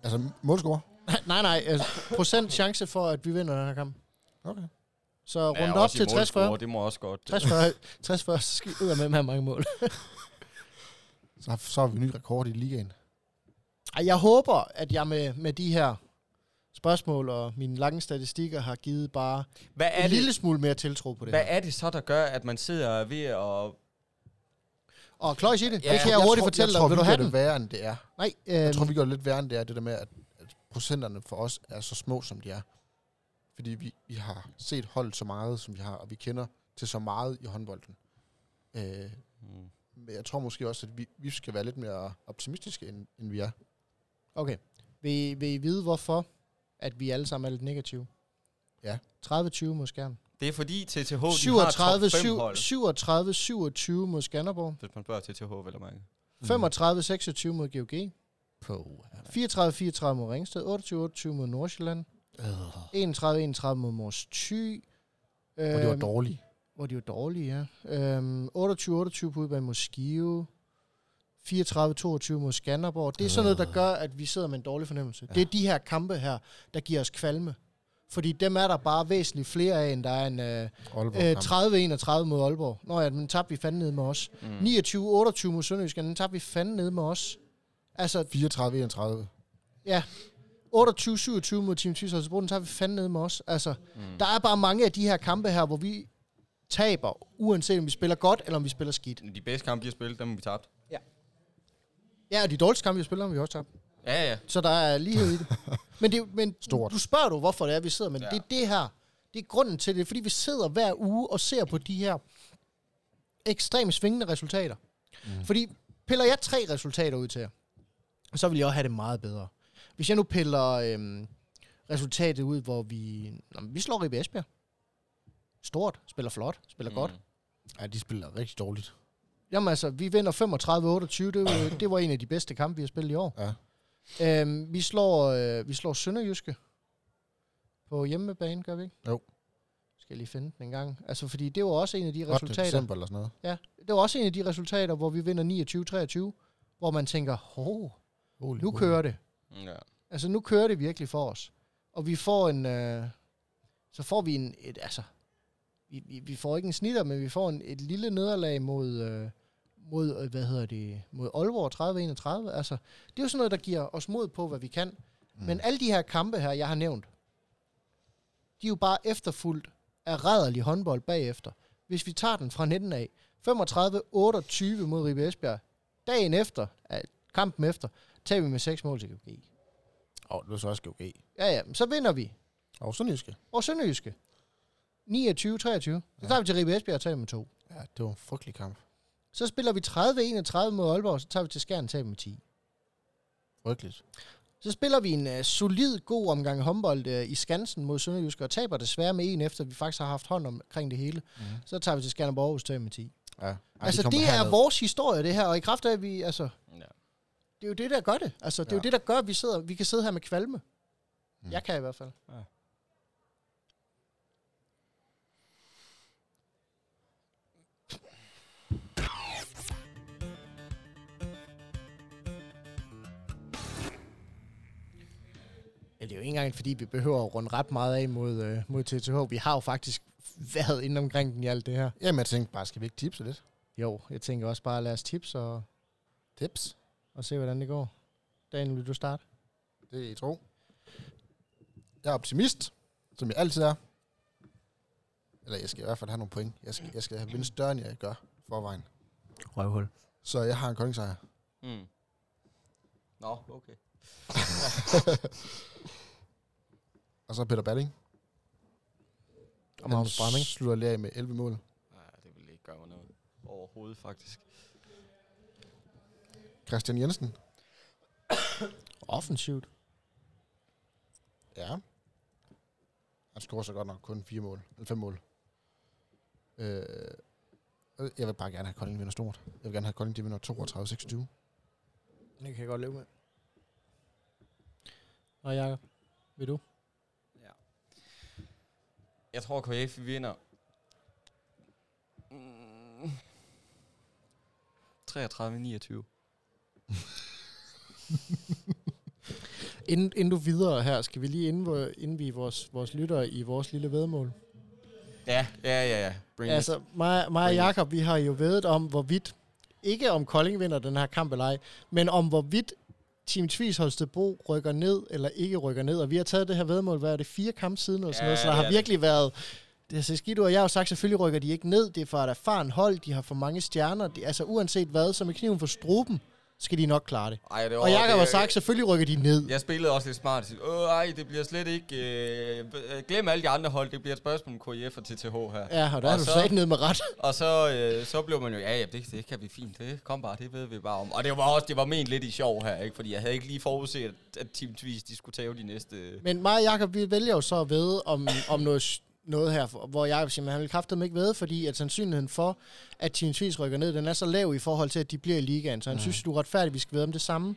S1: Altså, målscore.
S3: Nej, nej, nej. Altså, procent chance for, at vi vinder den her kamp.
S1: Okay.
S3: Så rundt
S2: Ja,
S3: op
S2: også i
S3: til 60-40. 60-40,
S2: målscorer, Det må også godt.
S3: 60-40, så skal vi ud med have mange mål.
S1: Så, har- så har vi en ny rekord i ligaen.
S3: Ej, jeg håber, at jeg med, med de her spørgsmål og mine lange statistikker har givet bare
S2: Hvad er
S3: en lille
S2: det,
S3: smule mere tiltro på det
S2: hvad
S3: her.
S2: er det så, der gør, at man sidder ved at...
S3: Og kløjs i det,
S2: Ja,
S3: det kan jeg, hurtigt fortælle
S1: jeg tror,
S3: dig. Vil
S1: vi
S3: du
S1: gør
S3: have den?
S1: det værre, end det er.
S3: Nej,
S1: Jeg
S3: øh,
S1: tror, vi gør det lidt værre, end det er, det der med, at, at procenterne for os er så små, som de er. Fordi vi, vi har set holdet så meget, som vi har, og vi kender til så meget i håndbolden. Øh,
S2: Mm.
S1: men jeg tror måske også, at vi, vi skal være lidt mere optimistiske, end, end vi er.
S3: Okay. Vil, I- vil I vide, hvorfor at vi alle sammen er lidt negative?
S1: Ja.
S3: 30-20 mod Skjern.
S2: Det er fordi TTH, 37, de har top 5 hold.
S3: 37-27 mod Skanderborg.
S2: Hvis man spørger TTH, vil jeg mærke.
S1: Mhm.
S3: 35-26 mod GOG.
S1: På.
S3: 34-34 mod Ringsted. 28-28 mod Nordsjælland.
S1: Øh, hvor
S3: 31-31 mod Mors Thy.
S1: det var
S3: Øhm,
S1: dårligt.
S3: Hvor de var dårlige, ja. Øhm, 28-28 på udebane mod Skive. 34-22 mod Skanderborg. Det er sådan noget, der gør, at vi sidder med en dårlig fornemmelse. Øh. Ja. Det er de her kampe her, der giver os kvalme. Fordi dem er der bare væsentligt flere af, end der er en øh, øh,
S1: Aalborg.
S3: 30-31 mod Aalborg. Nå ja, den tabte vi fanden ned med os. Mm. 29-28 mod Sønderjysk, den tabte vi fanden ned med os. Altså,
S1: 34-31.
S3: Ja. 28-27 mod Team Tvis Holstebro, den tager vi fanden ned med os. Altså, mm. Der er bare mange af de her kampe her, hvor vi taber, uanset om vi spiller godt, eller om vi spiller skidt.
S2: De bedste kampe, de har spillet, dem har vi tabt.
S3: Ja, og de dårligste kampe, vi spiller, har vi også tabt.
S2: Ja, ja.
S3: Så der er lighed i det. Men, det, er jo- men
S1: Stort.
S3: du spørger du, hvorfor det er, vi sidder, men
S2: Ja.
S3: ja. det er det her. Det er grunden til det, fordi vi sidder hver uge og ser på de her ekstremt svingende resultater. Mm. Fordi piller jeg tre resultater ud til jer, så vil jeg også have det meget bedre. Hvis jeg nu piller øhm, resultatet ud, hvor vi... Nå, men vi slår Ribe Esbjerg. Stort, spiller flot, spiller mm.
S2: Mhm.
S3: godt.
S1: Ja, de spiller rigtig dårligt.
S3: Jamen altså, vi vinder 35-28. Det, var- det var en af de bedste kampe, vi har spillet i år.
S1: Ja.
S3: Øhm, vi, slår, øh, vi slår Sønderjyske på hjemmebane, gør vi ikke?
S1: Jo.
S3: Skal jeg lige finde den en gang. Altså, fordi det var også en af de
S1: 8.
S3: resultater.
S1: december eller sådan noget.
S3: Ja, det var også en af de resultater, hvor vi vinder 29-23, hvor man tænker, hov,
S1: Holy
S3: nu
S1: moly.
S3: kører det.
S2: Mm. ja.
S3: Altså, nu kører det virkelig for os. Og vi får en... Øh, så får vi en... Et, altså, vi, vi, vi får ikke en snitter, men vi får en, et lille nederlag mod... Øh, mod, øh, hvad hedder det, mod Aalborg 3031. Altså, det er jo sådan noget, der giver os mod på, hvad vi kan. Mm. Men alle de her kampe her, jeg har nævnt, de er jo bare efterfulgt af rædderlig håndbold bagefter. Hvis vi tager den fra 19 af, 35-28 mod Ribe Esbjerg, dagen efter, øh, kampen efter, tager vi med 6 mål til KG.
S1: Åh, oh, det var så også GOG.
S3: Ja, ja, men så vinder vi.
S1: Og Sønderjyske.
S3: Og Sønderjyske. 29-23. Så tager vi til Ribe Esbjerg og tager dem med to.
S1: Ja, det var en frygtelig kamp.
S3: Så spiller vi 30-31 mod Aalborg, så tager vi til Skjern og tager dem med 10.
S1: Frygteligt.
S3: Så spiller vi en uh, solid, god omgang håndbold uh, i Skansen mod Sønderjyske, og taber desværre med en, efter vi faktisk har haft hånd omkring det hele. Mm. Så tager vi til Skanderborg Aarhus og tager dem med 10.
S1: Ja.
S3: Ej,
S1: Ej,
S3: altså,
S1: kommer
S3: det er
S1: herned.
S3: vores historie, det her, og i kraft af, at vi, altså,
S2: ja.
S3: det er jo det, der gør det. Altså, det er ja. jo
S1: Ja.
S3: det, der gør, at vi, sidder, vi kan sidde her med kvalme. Mm. Jeg kan i hvert fald. Ja, det er jo ikke engang, fordi vi behøver at runde ret meget af mod, øh, mod TTH. Vi har jo faktisk været inde omkring den i alt det her.
S1: Jamen, jeg tænkte bare, skal vi ikke tipse lidt?
S3: Jo, jeg tænker også bare, lad os tips og,
S1: Tips.
S3: og se, hvordan det går. Daniel, vil du starte?
S1: Det er I tro. Jeg er optimist, som jeg altid er. Eller jeg skal i hvert fald have nogle point. Jeg skal, jeg skal have vinde større, end jeg gør i forvejen.
S3: Røvhul.
S1: Så jeg har en kongsejr.
S2: Mm. Nå, okay.
S1: Og så Peter Balling.
S3: Og Magnus
S1: Han
S3: Bramming.
S1: slutter lige af med 11 mål.
S2: Nej, det vil ikke gøre mig noget. Overhovedet, faktisk.
S1: Christian Jensen.
S3: Offensivt.
S1: Ja. Han scorer så godt nok kun 4 mål. Eller 5 mål. Øh, øh, jeg vil bare gerne have Kolding vinder stort. Jeg vil gerne have Kolding, de vinder 32-26.
S3: Det kan jeg godt leve med. Og Jacob, vil du?
S2: Jeg tror, KF vinder... Mm. 33-29.
S3: Inden, inden du videre her, skal vi lige indv- indvige vores, vores lyttere i vores lille vedmål.
S2: Ja, ja, ja, ja. Bring altså.
S3: Altså, mig, mig og
S2: Bring it.
S3: Jacob, vi har jo vedet om, hvorvidt, ikke om Kolding vinder den her kamp eller ej, men om hvorvidt Team Tvis Holstebro rykker ned eller ikke rykker ned. Og vi har taget det her vedmål, hvad er det, fire kampe siden eller sådan
S2: Ja,
S3: noget, så der
S2: det er
S3: har
S2: det.
S3: virkelig været... Det har Seskido og jeg har jo sagt, selvfølgelig rykker de ikke ned. Det er fra et erfaren hold, de har for mange stjerner. De, altså uanset hvad, så med kniven for struben, skal de nok klare det.
S2: Ej, det var,
S3: Og Jakob har
S2: det-
S3: sagt, selvfølgelig rykker de ned.
S2: Jeg spillede også lidt smart. og siger, Åh, ej, det bliver slet ikke... Øh, b- øh, glem alle de andre hold. Det bliver et spørgsmål om KF og TTH her.
S3: Ja, og der er du
S2: så-
S3: sat ned med ret.
S2: Og så, øh, så blev man jo, ja, ja det, det kan blive fint, det kom bare, det ved vi bare om. Og det var også, det var ment lidt i sjov her, ikke? Fordi jeg havde ikke lige forudset, at, at Team Tvis, de skulle tage de næste...
S3: Men mig og Jacob, vi vælger jo så at vide om, om noget, noget her, for- hvor Jacob siger, at han vil kraftedeme ikke vide, fordi at sandsynligheden for, at Team Tvis rykker ned, den er så lav i forhold til, at de bliver i ligaen. Så han mm. synes, du er retfærdig, vi skal vide om det samme.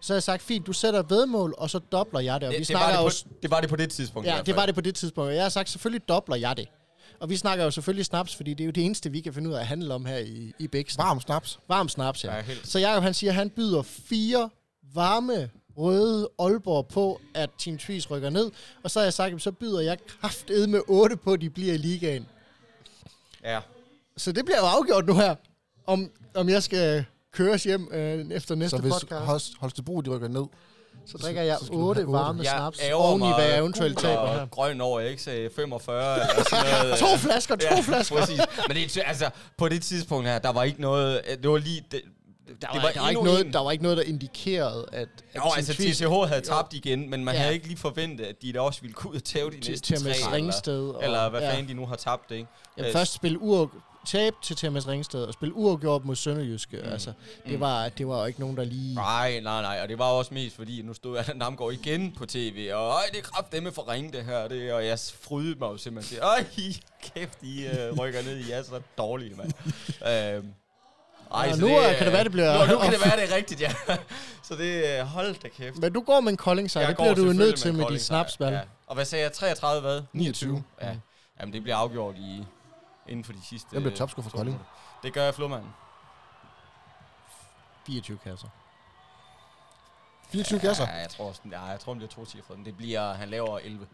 S3: Så har jeg sagt, fint, du sætter et vedmål, og så dobler jeg det. Og vi
S2: Det, det, var
S3: snakker
S2: det,
S3: også,
S2: på, det var det på det tidspunkt i
S3: Ja,
S2: hvert
S3: det
S2: fald.
S3: var det på det tidspunkt. Og jeg har sagt, selvfølgelig dobler jeg det. Og vi snakker jo selvfølgelig snaps, fordi det er jo det eneste, vi kan finde ud af at handle om her i, i Bæksten.
S1: Varm snaps.
S3: Varm snaps, ja.
S2: Ja, helt.
S3: Så Jacob han siger, at han byder fire varme, røde Aalborg på, at Team Trees rykker ned. Og så har jeg sagt, "Jamen, så byder jeg kraftedet med otte på, at de bliver i ligaen.
S2: Ja.
S3: Så det bliver jo afgjort nu her, om, om jeg skal køres hjem øh, efter næste
S1: Så hvis
S3: podcast.
S1: Holst- Holstebro de rykker ned,
S3: Så drikker jeg
S1: så skal du have
S3: otte
S1: otte.
S3: varme snaps
S2: ærgrer
S3: oven i,
S2: mig
S3: hvad jeg eventuelt
S2: gul
S3: taber
S2: og
S3: her.
S2: grøn over, jeg ikke sagde 45 eller sådan noget. øh,
S3: To flasker, to flasker.
S2: Præcis. Men det, er ty- altså, på det tidspunkt her, der var ikke noget... Det var lige... Det, der
S3: Der var, der, var ikke noget, der var ikke noget, der indikerede, at, at
S2: Jo,
S3: Team
S2: altså
S3: Tvis-
S2: TCH havde tabt igen, men man
S3: Ja.
S2: havde ikke lige forventet, at de da også ville kunne ud og tæve de
S3: Til-
S2: næste
S3: til
S2: tre,
S3: Mads Ringsted
S2: eller,
S3: og-
S2: eller hvad
S3: ja.
S2: fanden de nu har tabt, ikke?
S3: Jamen,
S2: Øh,
S3: først spille uaf tab til TMS Ringsted og spille uafgjort mod Sønderjyske. Mm. Altså, det, Var, det var jo ikke nogen, der lige...
S2: Nej, nej, nej, og det var også mest fordi, nu stod Allan Damgaard igen på tv, og øj, det er kraftedeme for ringe det her, det, og jeg frydede mig jo simpelthen til, øj, kæft, I øh, rykker ned, I er så dårlige, mand. øhm, ej,
S3: Nå, nu, øh, kan det være, det bliver-
S2: Nå, nu kan det være, det er rigtigt, ja. så det, øh, hold da kæft.
S3: Men du går med en kolding sejr. Det bliver
S2: går
S3: du jo nødt
S2: selvfølgelig
S3: til med,
S2: Kolding,
S3: dit snaps,
S2: ja,
S3: mand.
S2: ja. Og hvad sagde jeg, 33 hvad?
S1: 29.
S2: Ja. Jamen, det bliver afgjort i, inden for de sidste...
S1: Mm. Hvem bliver topscorer for
S2: to
S1: Kolding?
S2: minutter. Det gør jeg, Flormand.
S3: 24 kasser.
S1: 24 kasser.
S2: Ja, jeg tror, sådan, ja, jeg tror, han bliver to cifre. Det bliver, han laver 11.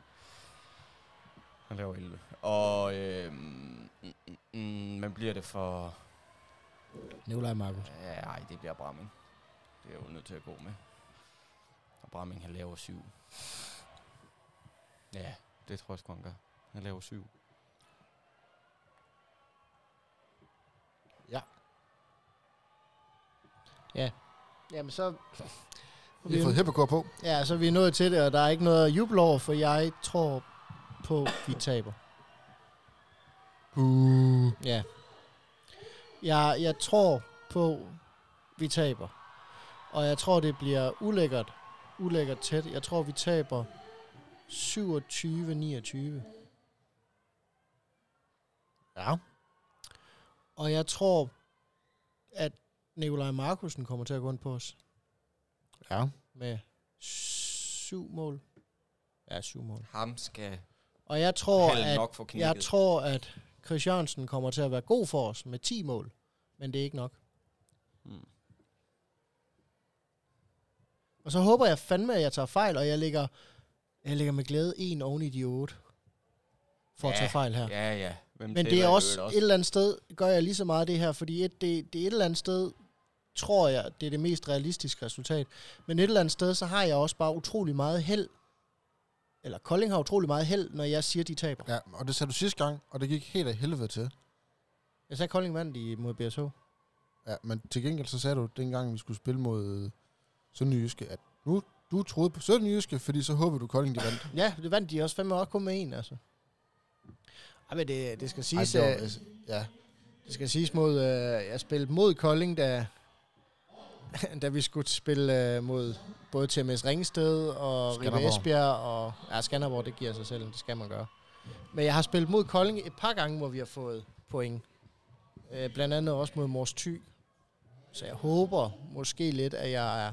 S2: Han laver 11. Og øh, mm, mm, man bliver det for...
S3: Nikolaj Markus.
S2: Ja, ej, det bliver Bramming. Det er jeg jo nødt til at gå med. Og Bramming, han laver 7. Ja, det tror jeg sgu, han gør. Han laver 7.
S3: Jamen, så...
S1: Vi har fået hæppekår på.
S3: Ja, så er vi nået til det, og der er ikke noget at juble over, for jeg tror på, vi taber.
S1: Buh.
S3: Ja. Jeg, jeg tror på, vi taber. Og jeg tror, det bliver ulækkert. Ulækkert tæt. Jeg tror, vi taber 27-29.
S1: Ja.
S3: Og jeg tror, at Nikolaj Markusen kommer til at gå ind på os
S1: Ja.
S3: med syv mål. Ja, syv mål.
S2: Ham skal
S3: Og jeg tror,
S2: Hallen
S3: at,
S2: nok få knækket.
S3: jeg tror, at Christiansen kommer til at være god for os med 10 mål. Men det er ikke nok. Hmm.
S2: Mm.
S3: Og så håber jeg fandme, at jeg tager fejl, og jeg ligger, jeg ligger med glæde en oven i de otte. For ja, at
S2: Ja,
S3: tage fejl her. Ja,
S2: Ja, ja. Hvem
S3: Men
S2: tæller i
S3: det er
S2: øvrigt
S3: også, et eller andet sted, gør jeg lige så meget af det her, fordi et, det, det er et eller andet sted, tror jeg, det er det mest realistiske resultat. Men et eller andet sted, så har jeg også bare utrolig meget held. Eller Kolding har utrolig meget held, når jeg siger, de taber.
S1: ja. Og det sagde du sidste gang, og det gik helt af helvede til.
S3: Jeg sagde, Kolding vandt i, mod BSH.
S1: Ja, men til gengæld så sagde du, dengang vi skulle spille mod Sønderjyske, at nu du troede på Sønderjyske, fordi så håber du Kolding, de vandt.
S3: Ja, det vandt de også fandme også kun med en, altså. Ej, men det, det skal
S1: Ej,
S3: siges,
S1: det var-
S3: øh,
S1: ja.
S3: Det skal siges mod, øh, jeg spillede mod Kolding, da, da vi skulle spille øh, mod både TMS Ringsted og Ribe
S1: Skanderborg.
S3: Esbjerg og ja, Skanderborg, det giver sig selv, det skal man gøre. Men jeg har spillet mod Kolding et par gange, hvor vi har fået point. Øh, blandt andet også mod Mors Thy. Så jeg håber måske lidt, at jeg er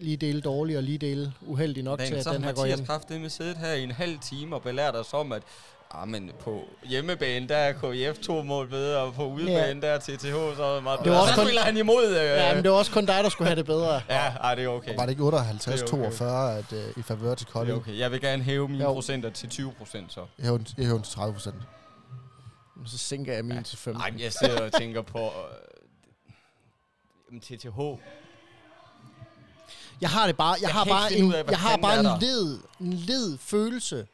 S3: lige dele dårlig og lige dele uheldig nok
S2: Daniel,
S3: til,
S2: så
S3: at den
S2: har
S3: her går
S2: Mathias
S3: hjem.
S2: kraftedeme siddet her i en halv time og belært os om, at ah, men på hjemmebane, der er KF to mål bedre, og på udebane, ja. der er TTH så er det meget
S3: var
S2: bedre. Og
S3: også
S2: så
S3: kun-
S2: spiller han imod. Øh,
S3: Ja, men det var også kun dig, der skulle have det bedre.
S2: ja ej, det er okay.
S1: Og var det ikke 58-42
S2: Det er okay.
S1: at, øh, i favør til
S2: Det er
S1: Kolding?
S2: okay. Jeg vil gerne hæve mine
S3: Jo.
S2: procenter til 20 procent, så.
S1: Jeg hæver den- Jeg hæver den til 30 procent.
S3: Så sænker jeg min til 5.
S2: Nej, jeg sidder og tænker på... Øh, jamen, TTH.
S3: Jeg har det bare, jeg, jeg har
S2: kan ikke
S3: bare
S2: finde
S3: en,
S2: ud af, hvad
S3: jeg har
S2: fanden
S3: bare
S2: er der.
S3: en led, en led følelse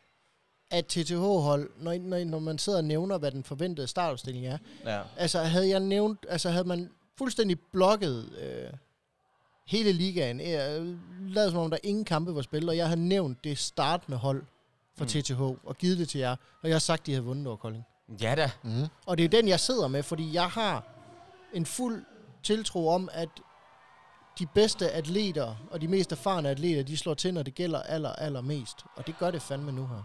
S3: af TTH-hold, når, når, når man sidder og nævner, hvad den forventede startopstilling er.
S2: Ja.
S3: Altså havde jeg nævnt, altså havde man fuldstændig blokket øh, hele ligaen, øh, lavet som om der ingen kampe var spillet, og jeg havde nævnt det startende hold for mm. TTH og givet det til jer, og jeg har sagt, de havde vundet over Kolding.
S2: ja da.
S1: Mm.
S3: Og det er jo den, jeg sidder med, fordi jeg har en fuld tiltro om, at de bedste atleter og de mest erfarne atleter, de slår til, når det gælder aller, aller mest. Og det gør det fandme nu her.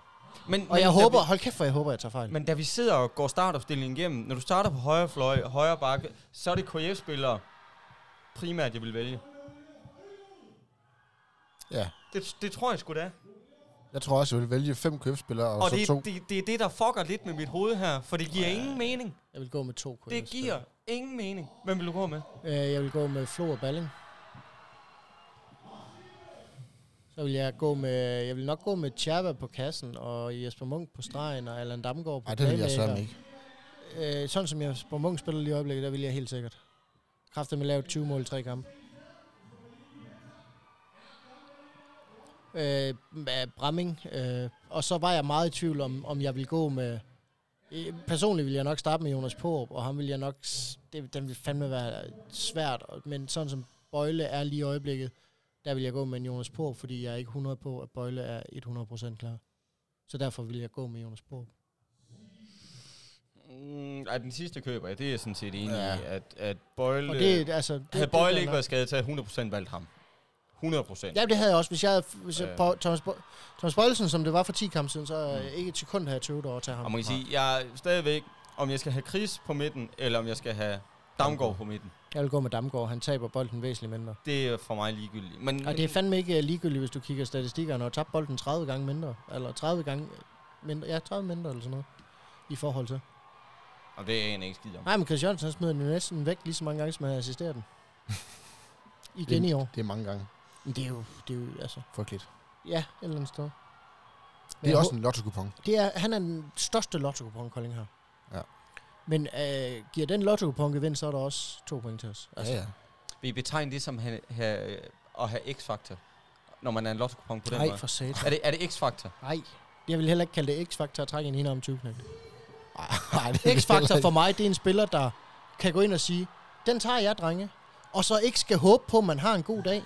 S2: Men,
S3: Og
S2: men
S3: jeg
S2: da
S3: håber,
S2: vi-
S3: hold kæft, for jeg håber, jeg tager fejl. Men,
S2: Men da vi sidder og går startopstillingen igennem, når du starter på højre fløj, højre bakke, så er det KF-spillere primært, jeg vil vælge.
S1: Ja.
S2: Det, det tror jeg sgu da.
S1: Jeg tror også, jeg vil vælge fem købspillere og,
S2: Og
S1: og så
S2: det,
S1: to.
S2: er- det, det er det, der fucker lidt med mit hoved her, for det giver ingen mening.
S3: Jeg vil gå med to kunne jeg
S2: Det giver ingen mening. Hvem vil du gå med?
S3: Øh, Jeg vil gå med Flo og Balling. Så vil jeg gå med, jeg vil nok gå med Chaba på kassen, og Jesper Munk på stregen, og Allan Damgaard på
S1: Nej, det vil jeg
S3: playmaker.
S1: sørme ikke.
S3: Øh, sådan som Jesper Munk spiller lige i øjeblikket, der vil jeg helt sikkert. Kræfter med lavet 20 mål i tre kampe. Øh, med Bramming. Øh, og så var jeg meget i tvivl om, om jeg ville gå med... Øh, Personligt ville jeg nok starte med Jonas Porup, og ham ville jeg nok... s- Det, den ville fandme være svært, og- men sådan som Bøjle er lige i øjeblikket, der vil jeg gå med en Jonas Porup, fordi jeg er ikke 100 på, at Bøjle er 100% klar. Så derfor vil jeg gå med Jonas Porup.
S2: Mm, ej, den sidste køber jeg, det er sådan set enig
S1: Ja.
S2: ja. i, at, at Bøjle...
S3: Og det, er- altså, det,
S2: havde
S3: det
S2: øh, Bøjle
S3: fair
S2: ikke
S3: nok.
S2: været skadet, så havde jeg 100% valgt ham. 100%.
S3: Ja, det havde jeg også. Hvis jeg havde hvis jeg,
S2: Øh. Mm.
S3: på Thomas, Bo- Thomas Bøjlesen, som det var for 10 kampe siden, så øh, ikke et sekund havde jeg tøvet over til ham.
S2: Og man kan sige, jeg er stadigvæk, om jeg skal have Chris på midten, eller om jeg skal have Damgaard på midten.
S3: Jeg vil gå med Damgaard. Han taber bolden væsentligt mindre.
S2: Det er for mig ligegyldigt. Men,
S3: Og det er fandme ikke øh, ligegyldigt, hvis du kigger statistikkerne og tabt bolden 30 gange mindre. Eller 30 gange mindre. Ja, 30 mindre eller sådan noget. I forhold til.
S2: og det er jeg egentlig ikke skid om.
S3: Nej, men Chris Jørgensen han smider den jo næsten væk lige så mange gange, som han assisterer den. Igen i år.
S1: Det er mange gange
S3: Men det er jo, det er jo altså...
S1: frygteligt.
S3: Ja, et eller andet sted. Men
S1: Det
S3: jeg
S1: er også en lotto -coupon.
S3: Det er, han er den største lotto kupon Kolding har.
S1: Ja.
S3: Men øh, giver den lotto kupon gevind, så er der også to point til os.
S1: Altså, ja, ja.
S2: Vi betegner det som have, have, at have x-faktor, når man er en lotto på den
S3: Nej,
S2: måde.
S3: for sat.
S2: Er det, er det x-faktor?
S3: Nej. Jeg vil heller ikke kalde det X-faktor at trække en hende om 20 knæk.
S1: Ej, det er heller
S3: X-faktor
S1: ikke-
S3: for mig, det er en spiller, der kan gå ind og sige, den tager jeg, drenge. Og så ikke skal håbe på, at man har en god dag.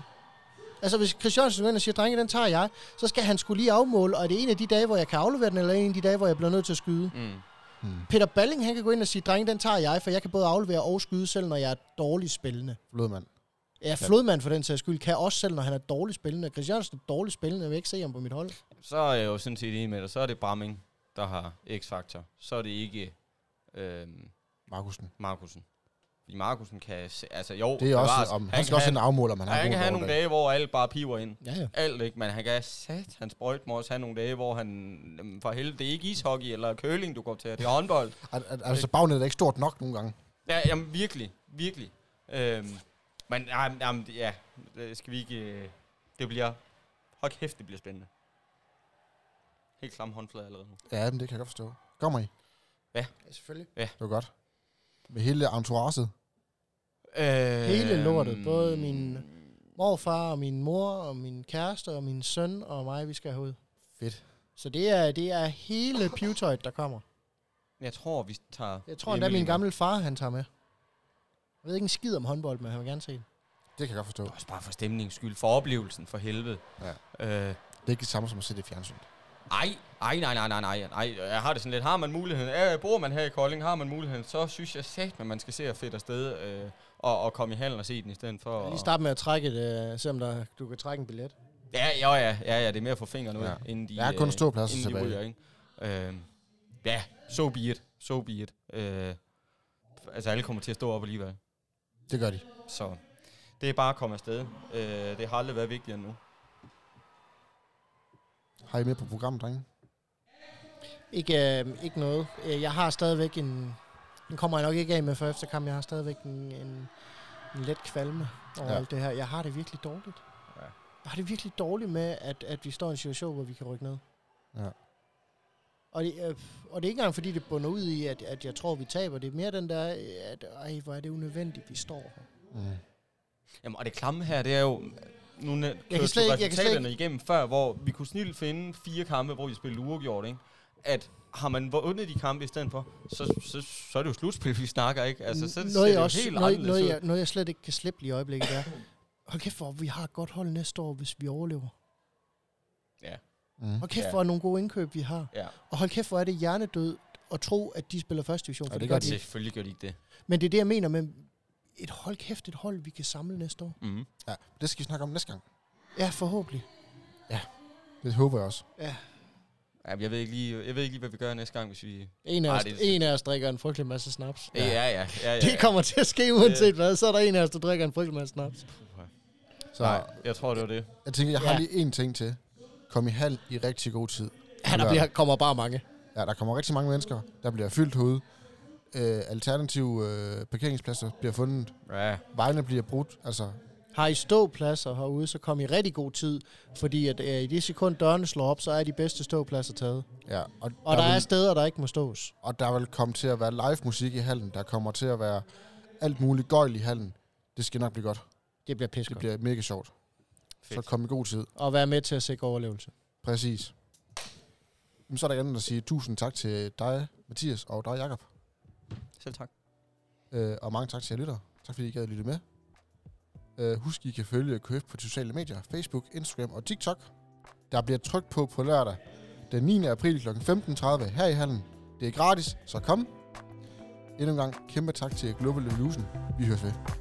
S3: Altså, hvis Chris Jørgensen går ind og siger, drenge, den tager jeg, så skal han skulle lige afmåle, og er det en af de dage, hvor jeg kan aflevere den, eller en af de dage, hvor jeg bliver nødt til at skyde?
S2: Mm.
S1: Hmm.
S3: Peter Balling, han kan gå ind og sige, drenge, den tager jeg, for jeg kan både aflevere og skyde, selv når jeg er dårlig spillende.
S1: Blodmand.
S3: Ja, Flodmand for den sags skyld kan også selv, når han er dårligt spillende. Chris Jørgensen er dårligt spillende, jeg vil ikke se ham på mit hold.
S2: Så er jeg jo sådan set enig med dig. Så er det Bramming, der har x-faktor. Så er det ikke øh,
S1: Markusen.
S2: Markusen. Fordi Markusen kan... Se, altså jo,
S1: Det er også,
S2: bevares.
S1: om, han,
S2: han,
S1: skal
S2: kan
S1: også
S2: have,
S1: have en afmåler, man har
S2: han kan have nogle
S1: nogle
S2: dage, hvor alle bare piver ind.
S3: Ja, ja.
S2: alt, ikke? Men han kan sat, han sprøjt må også have nogle dage, hvor han, øhm, for helvede, det er ikke ishockey eller curling, du går til, det er håndbold.
S1: Altså, bagnet er ikke stort nok nogle gange.
S2: Ja, jamen virkelig, virkelig. Øhm, men jamen, jamen, det- ja, det skal vi ikke, øh, det bliver, hold kæft, det bliver spændende. Helt klamme håndflade allerede nu.
S1: Ja, men det kan jeg godt forstå. Kommer I?
S3: ja selvfølgelig.
S1: Det var godt. Med hele entouraget.
S2: Øh,
S3: Hele lortet, både min- Morfar og min mor og min kæreste og min søn og mig, vi skal have ud.
S1: Fedt.
S3: Så det er, det er hele Pewtøjet, der kommer.
S2: Jeg tror, vi tager...
S3: Jeg tror endda,
S2: Emily
S3: min
S2: med.
S3: gamle far, han tager med. Jeg ved ikke en skid om håndbold, men han vil gerne se det.
S1: Det kan jeg godt forstå.
S2: Det er Også bare for stemningens skyld, for oplevelsen, for helvede. Ja. Øh,
S1: Det er ikke det samme som at se det i fjernsynet.
S2: Ej, ej, nej, nej, nej, nej, nej. Jeg har det sådan lidt. Har man muligheden, øh, bor man her i Kolding, har man muligheden, så synes jeg sagt, at man skal se at fedt afsted øh, og, og komme i hallen og se den i stedet for.
S3: Lige
S2: at-
S3: starte med at trække det, øh, se om der, du kan trække en billet.
S2: Ja, ja, ja, ja, ja, det er mere at få fingrene ud,
S1: Ja.
S2: ja. inden de... øh,
S1: Der er kun ståpladser
S2: inden de
S1: tilbage.
S2: Ryger, ikke? Øh, ja, so be it, so be it. Øh, altså, alle kommer til at stå op alligevel.
S1: Det gør de.
S2: Så det er bare at komme afsted. Øh, det har aldrig været vigtigere end nu.
S1: Har I med på programmet, drenge?
S3: Ikke, øh, ikke noget. Øh, Jeg har stadigvæk en... Den kommer jeg nok ikke af med for efterkamp. Jeg har stadigvæk en, en, en let kvalme over
S1: Ja.
S3: ja. alt det her. Jeg har det virkelig dårligt.
S2: Ja.
S3: Ja. Jeg har det virkelig dårligt med, at, at vi står i en situation, hvor vi kan rykke ned.
S1: Ja.
S3: Og det, øh, og det er ikke engang, fordi det bunder ud i, at, at jeg tror, vi taber. Det er mere den der, øh, at ej, hvor er det unødvendigt, vi står her.
S1: Mm.
S2: Jamen, og det klamme her, det er jo... Nu jeg
S3: kan slet ikke- jeg kan slet
S2: resultaterne igennem før, hvor vi kunne snilt finde fire kampe, hvor vi spillede uafgjort, ikke? At har man vundet de kampe i stedet for, så, så, så er det jo slutspil, vi snakker, ikke? Altså, så ser
S3: jeg
S2: det jo
S3: også-
S2: helt
S3: noget,
S2: anderledes
S3: noget,
S2: ud.
S3: jeg, noget, jeg slet ikke kan slippe lige i øjeblikket, er, hold kæft, hvor vi har et godt hold næste år, hvis vi overlever.
S1: Mm.
S3: Hold kæft,
S2: Ja.
S3: hvor er nogle gode indkøb, vi har.
S2: Ja,
S3: Og hold kæft, hvor er det hjernedød at tro, at de spiller første division.
S1: Ja,
S3: For
S1: det
S3: det
S1: gør
S3: gør
S1: de
S3: de. ikke.
S2: selvfølgelig gør de ikke det.
S3: Men det er det, jeg mener med et hold kæft, et hold, vi kan samle næste år.
S2: Mm.
S1: Ja, det skal vi snakke om næste gang.
S3: Ja, forhåbentlig.
S1: Det håber jeg også.
S2: Ja, men jeg ved, ikke lige, jeg ved ikke lige, hvad vi gør næste gang, hvis vi...
S3: En af,
S2: Ej,
S3: os,
S2: det er-
S3: en af os drikker en frygtelig masse snaps.
S2: Ja, ja, ja. ja, ja.
S3: Det kommer til at ske uanset hvad. Så er der en af os, der drikker en frygtelig masse snaps.
S1: Så
S2: Nej, jeg tror, det var det.
S1: jeg tænker, jeg har
S3: Ja.
S1: lige én ting til. Kom i halv i rigtig god tid.
S3: Ja, der
S1: Eller-
S3: bliver, kommer bare mange.
S1: Ja, der kommer rigtig mange mennesker. Der bliver fyldt hoved. Øh, alternative øh, parkeringspladser bliver fundet.
S2: Ja.
S1: Vejene bliver brudt. Altså,
S3: Har I ståpladser herude, så kom I rigtig god tid, fordi at, øh, i det sekund dørene slår op, så er de bedste ståpladser taget.
S1: ja. Og,
S3: Og der, der
S1: vil,
S3: er steder, der ikke må stås.
S1: og der vil komme til at være live musik i hallen. Der kommer til at være alt muligt gøjl i hallen. Det skal nok blive godt.
S3: Det bliver
S1: Det
S3: pissegodt.
S1: bliver mega sjovt. Fedt.
S2: Fedt.
S1: Så kom i god tid.
S3: Og være med til at sikre overlevelse.
S1: Præcis. Jamen, så er der gerne at sige tusind tak til dig, Mathias, og dig, Jakob.
S2: Selv tak.
S1: Øh, og mange tak til jer lytter. Tak fordi I gad at lytte med. Øh, husk, I kan følge Køf på de sociale medier. Facebook, Instagram og TikTok. Der bliver trykt på på lørdag den 9. april kl. 15.30 her i hallen. Det er gratis, så kom. Endnu en gang kæmpe tak til Global Evolution. Vi høres ved.